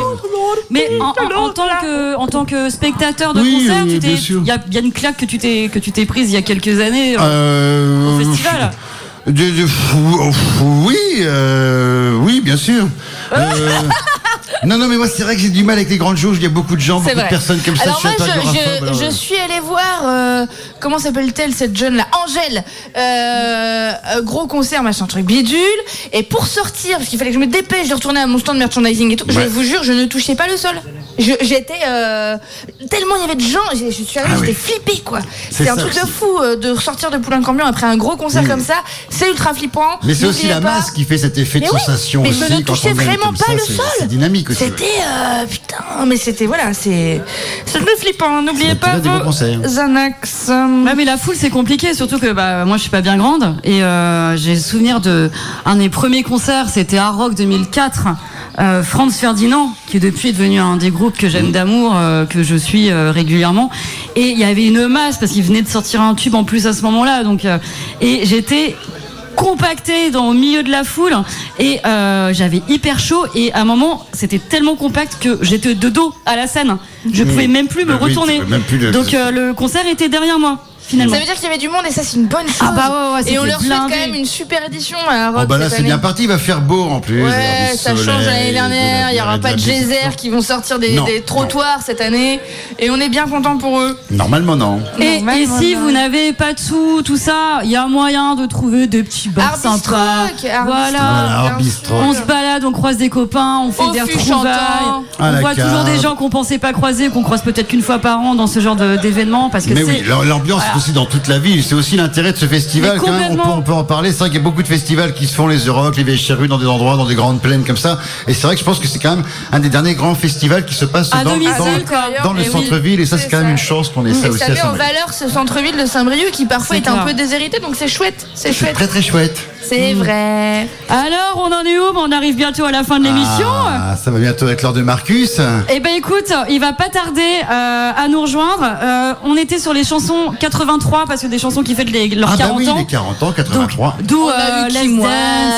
[SPEAKER 11] Mais en, en- en tant que, en tant que spectateur de
[SPEAKER 10] Oui,
[SPEAKER 11] concert,
[SPEAKER 10] oui,
[SPEAKER 11] tu t'es-
[SPEAKER 10] bien sûr.
[SPEAKER 11] il y a, il y a une claque que tu t'es que tu t'es prise il y a quelques années euh,
[SPEAKER 10] Euh,
[SPEAKER 11] au festival.
[SPEAKER 10] de- de- fou- fou- oui, euh, oui, bien sûr. Euh, non, non, mais moi, c'est vrai que j'ai du mal avec les grandes jauges. Il y a beaucoup de gens, beaucoup
[SPEAKER 1] C'est vrai.
[SPEAKER 10] de personnes comme ça.
[SPEAKER 1] Alors moi,
[SPEAKER 10] un peu
[SPEAKER 1] je,
[SPEAKER 10] agoraphobe,
[SPEAKER 1] je-
[SPEAKER 10] alors,
[SPEAKER 1] je
[SPEAKER 10] euh.
[SPEAKER 1] suis allée voir euh, comment s'appelle-t-elle cette jeune là, Angèle. Euh, euh, gros concert, machin, truc bidule. Et pour sortir, parce qu'il fallait que je me dépêche de retourner à mon stand de merchandising et tout. Je
[SPEAKER 10] Ouais.
[SPEAKER 1] vous jure, je ne touchais pas le sol. Je- J'étais euh, tellement il y avait de gens, j'ai- je suis arrivée, j'étais flippée quoi.
[SPEAKER 10] Ah C'est
[SPEAKER 1] C'est un
[SPEAKER 10] ça
[SPEAKER 1] truc de
[SPEAKER 10] aussi.
[SPEAKER 1] fou euh, de ressortir de Poulain-Cambion après un gros concert
[SPEAKER 10] Mm.
[SPEAKER 1] comme ça. C'est ultra flippant.
[SPEAKER 10] Mais c'est aussi
[SPEAKER 1] N'oubliez
[SPEAKER 10] la
[SPEAKER 1] pas-
[SPEAKER 10] masse qui fait cet effet de
[SPEAKER 1] Mais oui,
[SPEAKER 10] sensation
[SPEAKER 1] mais je
[SPEAKER 10] aussi.
[SPEAKER 1] ne
[SPEAKER 10] quand
[SPEAKER 1] touchais
[SPEAKER 10] on gagne
[SPEAKER 1] vraiment
[SPEAKER 10] comme
[SPEAKER 1] pas
[SPEAKER 10] ça,
[SPEAKER 1] le
[SPEAKER 10] c'est-
[SPEAKER 1] sol.
[SPEAKER 10] C'est dynamique aussi.
[SPEAKER 1] C'était euh, putain, mais c'était voilà, c'est c'est un peu flippant. N'oubliez pas
[SPEAKER 10] des beaux
[SPEAKER 1] vos
[SPEAKER 10] conseils. hein.
[SPEAKER 1] Xanax.
[SPEAKER 3] Ouais, mais la foule c'est compliqué, surtout que bah, moi je suis pas bien grande et euh, j'ai le souvenir de un des premiers concerts, c'était à Rock 2004. Euh, Franz Ferdinand, qui depuis est devenu un des groupes que
[SPEAKER 10] Mm.
[SPEAKER 3] j'aime d'amour, euh, que je suis euh, régulièrement, et il y avait une masse parce qu'il venait de sortir un tube en plus à ce moment-là, donc euh, et j'étais compacté dans au milieu de la foule et euh, j'avais hyper chaud et à un moment c'était tellement compact que j'étais de dos à la scène je
[SPEAKER 10] Mmh.
[SPEAKER 3] pouvais même plus me
[SPEAKER 10] Ah oui, tu
[SPEAKER 3] retourner
[SPEAKER 10] pouvais même plus le-
[SPEAKER 3] donc euh, le concert était derrière moi finalement
[SPEAKER 1] Ça veut dire qu'il y avait du monde et ça c'est une bonne chose.
[SPEAKER 3] Ah bah ouais, ouais,
[SPEAKER 1] Oh. et on
[SPEAKER 3] c'était
[SPEAKER 1] leur souhaite quand
[SPEAKER 3] blindé.
[SPEAKER 1] même une super édition à Rock
[SPEAKER 10] Oh bah là,
[SPEAKER 1] cette
[SPEAKER 10] c'est bien
[SPEAKER 1] année.
[SPEAKER 10] parti. Il va faire beau en plus. Il va y avoir
[SPEAKER 1] Ouais,
[SPEAKER 10] du
[SPEAKER 1] ça change
[SPEAKER 10] soleil,
[SPEAKER 1] l'année dernière. Il n'y aura
[SPEAKER 10] de
[SPEAKER 1] pas
[SPEAKER 10] la
[SPEAKER 1] de
[SPEAKER 10] musique.
[SPEAKER 1] geysers qui vont sortir des,
[SPEAKER 10] Non.
[SPEAKER 1] des trottoirs cette année. Et on est bien content pour eux.
[SPEAKER 10] Normalement, non.
[SPEAKER 3] et,
[SPEAKER 1] Normal,
[SPEAKER 3] et si
[SPEAKER 1] normal.
[SPEAKER 3] vous n'avez pas de sous tout ça il y a moyen de trouver des petits bars
[SPEAKER 1] Arbistruck,
[SPEAKER 3] sympas
[SPEAKER 1] Arbistruck,
[SPEAKER 10] Voilà,
[SPEAKER 3] voilà
[SPEAKER 10] Arbistruck.
[SPEAKER 3] on se balade on croise des copains on fait
[SPEAKER 1] Au
[SPEAKER 3] des
[SPEAKER 1] fût
[SPEAKER 3] retrouvailles
[SPEAKER 1] Oh, chantant.
[SPEAKER 10] À
[SPEAKER 3] on
[SPEAKER 10] Ah, la
[SPEAKER 3] voit
[SPEAKER 10] cave.
[SPEAKER 3] toujours des gens qu'on pensait pas croiser qu'on croise peut-être qu'une fois par an dans ce genre de- d'événement parce que
[SPEAKER 10] Mais
[SPEAKER 3] c'est
[SPEAKER 10] oui, l'am- l'ambiance est aussi dans toute la ville. C'est aussi l'intérêt de ce festival.
[SPEAKER 3] Mais
[SPEAKER 10] Quand même, on peut,
[SPEAKER 3] complètement.
[SPEAKER 10] on peut en parler. C'est vrai qu'il y a beaucoup de festivals qui se font, les Europe, les Vieilles Charrues, dans des endroits, dans des grandes plaines comme ça. Et c'est vrai que je pense que c'est quand même un des derniers grands festivals qui se passe
[SPEAKER 3] À
[SPEAKER 10] dans,
[SPEAKER 3] domicile,
[SPEAKER 10] dans-
[SPEAKER 1] Ah, quoi.
[SPEAKER 10] dans le
[SPEAKER 1] Et oui,
[SPEAKER 10] centre-ville. Et ça,
[SPEAKER 1] c'est
[SPEAKER 10] c'est quand
[SPEAKER 1] ça.
[SPEAKER 10] même une chance qu'on ait ça
[SPEAKER 1] et
[SPEAKER 10] aussi
[SPEAKER 1] ça
[SPEAKER 10] à
[SPEAKER 1] met en
[SPEAKER 10] Saint-Malo.
[SPEAKER 1] valeur ce centre-ville de Saint-Brieuc qui parfois
[SPEAKER 3] C'est
[SPEAKER 1] est, un
[SPEAKER 3] clair.
[SPEAKER 1] peu déshérité. Donc c'est chouette. C'est
[SPEAKER 10] C'est
[SPEAKER 1] chouette.
[SPEAKER 10] très très chouette.
[SPEAKER 1] C'est vrai.
[SPEAKER 3] alors on en est où on arrive bientôt à la fin de l'émission
[SPEAKER 10] Ah, ça va bientôt être l'heure de Marcus. Ah,
[SPEAKER 3] Eh ben écoute, il va pas tarder euh, à nous rejoindre. Euh, on était sur les chansons 83 parce que des chansons qui fêtent les, leurs
[SPEAKER 10] Ah bah
[SPEAKER 3] 40
[SPEAKER 10] oui,
[SPEAKER 3] ans.
[SPEAKER 10] les 40 ans, 83.
[SPEAKER 3] D'où
[SPEAKER 1] On a
[SPEAKER 3] euh,
[SPEAKER 1] eu
[SPEAKER 3] Let's
[SPEAKER 1] Kim
[SPEAKER 3] Dance,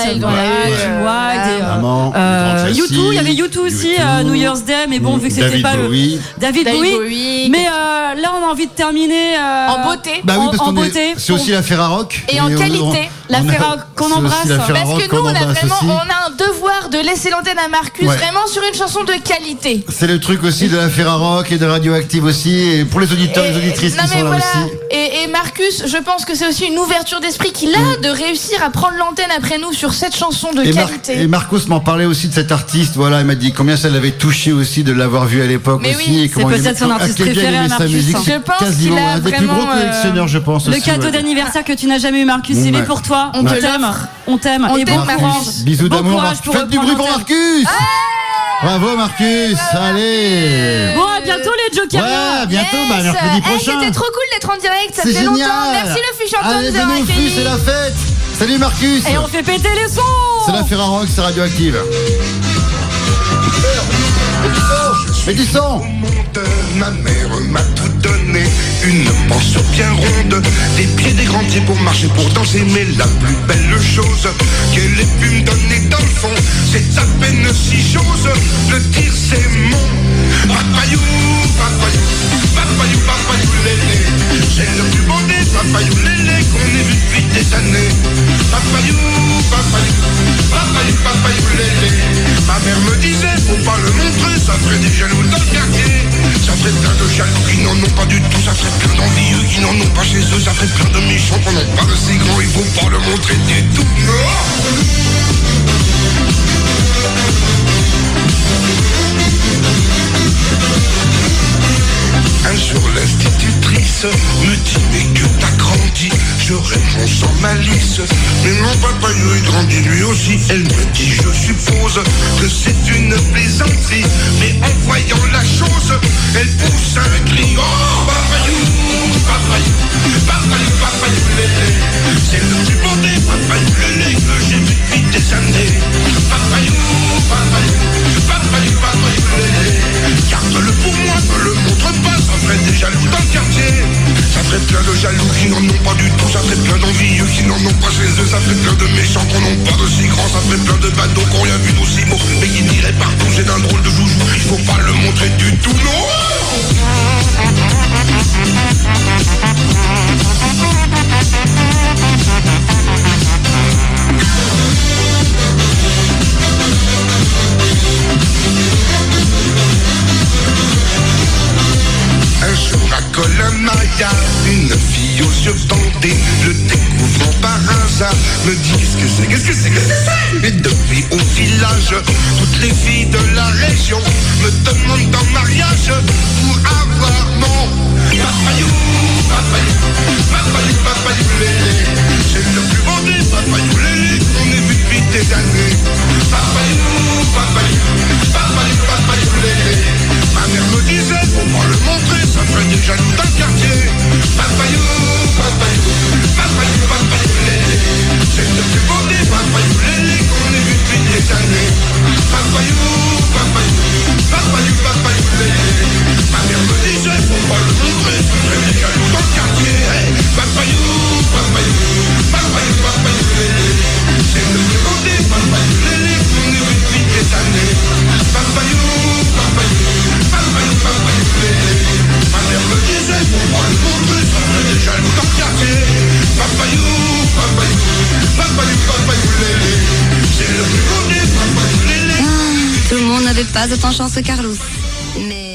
[SPEAKER 1] Wilde,
[SPEAKER 3] voilà,
[SPEAKER 1] on a eu,
[SPEAKER 3] Kim
[SPEAKER 1] euh,
[SPEAKER 3] Wilde et, euh,
[SPEAKER 10] Maman,
[SPEAKER 3] euh,
[SPEAKER 10] les grands
[SPEAKER 3] U2, il y avait
[SPEAKER 10] classiques,
[SPEAKER 3] U2 aussi,
[SPEAKER 10] U2,
[SPEAKER 3] euh, New Year's Day, mais bon, vu que c'était
[SPEAKER 10] David
[SPEAKER 3] pas
[SPEAKER 10] Bowie.
[SPEAKER 3] le. David,
[SPEAKER 1] David
[SPEAKER 3] Bowie.
[SPEAKER 1] Bowie.
[SPEAKER 3] Mais euh, là, on a envie de terminer. euh,
[SPEAKER 1] En beauté.
[SPEAKER 10] Bah oui,
[SPEAKER 3] en-
[SPEAKER 10] parce
[SPEAKER 3] en
[SPEAKER 10] qu'on est-
[SPEAKER 3] beauté.
[SPEAKER 10] C'est aussi la Ferrarock.
[SPEAKER 1] Et en
[SPEAKER 10] on-
[SPEAKER 1] qualité,
[SPEAKER 10] on-
[SPEAKER 3] la
[SPEAKER 10] on a-
[SPEAKER 3] Ferrarock qu'on
[SPEAKER 10] c'est aussi
[SPEAKER 3] embrasse.
[SPEAKER 10] la
[SPEAKER 3] Parce que
[SPEAKER 1] Parce
[SPEAKER 10] Ferrarock
[SPEAKER 1] que nous,
[SPEAKER 10] qu'on
[SPEAKER 1] on a
[SPEAKER 10] embrasse
[SPEAKER 1] vraiment,
[SPEAKER 10] aussi.
[SPEAKER 1] on a un devoir de laisser l'antenne à Marcus
[SPEAKER 10] Ouais.
[SPEAKER 1] vraiment sur une chanson de qualité.
[SPEAKER 10] C'est le truc aussi de la Ferrarock et de Radioactive aussi. Et pour les auditeurs et les auditrices
[SPEAKER 1] non,
[SPEAKER 10] qui
[SPEAKER 1] mais
[SPEAKER 10] sont là
[SPEAKER 1] voilà.
[SPEAKER 10] aussi.
[SPEAKER 1] Et, et Marcus, je pense que c'est aussi une ouverture d'esprit qu'il a de réussir à prendre l'antenne après nous sur cette chanson de
[SPEAKER 10] Mm. Et, Mar-
[SPEAKER 1] qualité.
[SPEAKER 10] et Marcos m'en parlait aussi de cet artiste. Voilà, il m'a dit combien ça l'avait touché aussi de l'avoir vu à l'époque
[SPEAKER 1] Mais
[SPEAKER 10] aussi.
[SPEAKER 1] oui,
[SPEAKER 10] et
[SPEAKER 1] c'est
[SPEAKER 10] comment il-
[SPEAKER 3] peut-être son
[SPEAKER 10] à
[SPEAKER 3] artiste
[SPEAKER 10] quel bien il
[SPEAKER 3] préféré,
[SPEAKER 10] aimait sa
[SPEAKER 3] Marcus,
[SPEAKER 10] musique.
[SPEAKER 3] hein.
[SPEAKER 10] C'est
[SPEAKER 1] Je pense
[SPEAKER 10] quasiment
[SPEAKER 1] qu'il a
[SPEAKER 10] un des plus gros
[SPEAKER 1] vraiment, euh,
[SPEAKER 10] collectionneurs, je pense.
[SPEAKER 3] Le
[SPEAKER 10] aussi,
[SPEAKER 3] cadeau
[SPEAKER 10] ouais.
[SPEAKER 3] d'anniversaire que tu n'as jamais eu, Marcus,
[SPEAKER 10] Bon,
[SPEAKER 3] il est
[SPEAKER 10] bah.
[SPEAKER 3] pour toi.
[SPEAKER 1] On
[SPEAKER 3] On
[SPEAKER 1] te
[SPEAKER 3] t'aime.
[SPEAKER 1] l'offre.
[SPEAKER 3] On t'aime.
[SPEAKER 1] On
[SPEAKER 3] Et
[SPEAKER 1] t'aime,
[SPEAKER 3] bon
[SPEAKER 1] Marcus.
[SPEAKER 3] courage.
[SPEAKER 10] Bisous
[SPEAKER 3] Bon
[SPEAKER 10] d'amour.
[SPEAKER 3] courage
[SPEAKER 10] Marc-
[SPEAKER 3] pour
[SPEAKER 10] Faites du bruit
[SPEAKER 3] reprendre
[SPEAKER 10] pour
[SPEAKER 3] l'antenne.
[SPEAKER 10] Marcus
[SPEAKER 1] Ah
[SPEAKER 10] Bravo Marcus Allez
[SPEAKER 3] Bon, à bientôt les jokers.
[SPEAKER 10] Ouais, bientôt, bah,
[SPEAKER 1] Yes.
[SPEAKER 10] mercredi
[SPEAKER 1] Eh,
[SPEAKER 10] prochain.
[SPEAKER 1] C'était trop cool d'être en direct, ça
[SPEAKER 10] C'est
[SPEAKER 1] fait
[SPEAKER 10] génial.
[SPEAKER 1] longtemps. Merci le Fuchs Antoine
[SPEAKER 10] Allez,
[SPEAKER 1] de nous avoir
[SPEAKER 10] venez au Fus,
[SPEAKER 1] accueillis.
[SPEAKER 10] c'est la fête. Salut Marcus.
[SPEAKER 3] Et on fait péter les sons.
[SPEAKER 10] C'est la Ferrarock, c'est radioactive. Mais du sang
[SPEAKER 12] monteur, ma mère m'a tout donné. Une pension bien ronde, des pieds, des grands pieds pour marcher, pour danser. Mais la plus belle chose qu'elle ait pu me donner dans le fond, c'est à peine si j'ose le dire, c'est ça ferait des jaloux dans le quartier. Ça ferait plein de jaloux qui n'en ont pas du tout, ça ferait plein d'envieux qui n'en ont pas chez eux, ça ferait plein de méchants qu'on n'en parle si grand, il faut pas le montrer du tout. Un jour l'institutrice me dit mais que t'as grandi Je réponds sans malice Mais mon papa lui grandit lui aussi Elle me dit je suppose que c'est une plaisanterie Mais en voyant la chose Elle pousse un cri Oh papayou, papayou, papayou, papayou lélé C'est le plus beau des papayou lélé Que j'ai vu depuis des années Papayou, papayou, papayou, papayou lélé Garde-le pour moi, ne le montre pas ça ferait des jaloux dans le quartier. Ça ferait plein de jaloux qui n'en ont pas du tout, ça ferait plein d'envieux qui n'en ont pas chez eux, ça ferait plein de méchants qu'on n'ont pas de si grands, ça ferait plein de badauds qu'on rien vu d'aussi beau, mais qui diraient partout j'ai d'un drôle de joujou, il faut pas le montrer du tout, non Un jour à Colomaya, une fille aux yeux bandés, le découvrant par hasard, me dit qu'est-ce que c'est, qu'est-ce que c'est, qu'est-ce que c'est Et depuis au village, toutes les filles de la région me demandent en mariage pour avoir mon papayou, papayou, papayou, papayou lélé. C'est le plus beau des papayou lélé qu'on ait vu depuis des années. Papayou, papayou, papayou, papayou lélé. Ma mère me disait, faut pas le montrer, ça ferait des jaloux dans le quartier. Papayou, papayou, papayou, papayou, lélé. C'est le plus beau des papayou, lélé, qu'on ait vu depuis des années. Papayou, papayou, papayou, papayou, lélé. Ma mère me disait, faut pas le montrer, ça ferait des jaloux dans le quartier. Hey, papayou, papayou, papayou, papayou, lélé. C'est le plus beau des papayou, lélé, qu'on ait vu depuis des années. Papayou, papayou, papayou, papayou, lélé. Ma mère me disait, faut pas le montrer, ça ferait des jaloux dans le quartier. Papayou, papayou, papayou, papayou, lélé. C'est le plus beau des papayou, lélé.
[SPEAKER 13] Tout le monde n'avait pas autant chance que Carlos. Mais.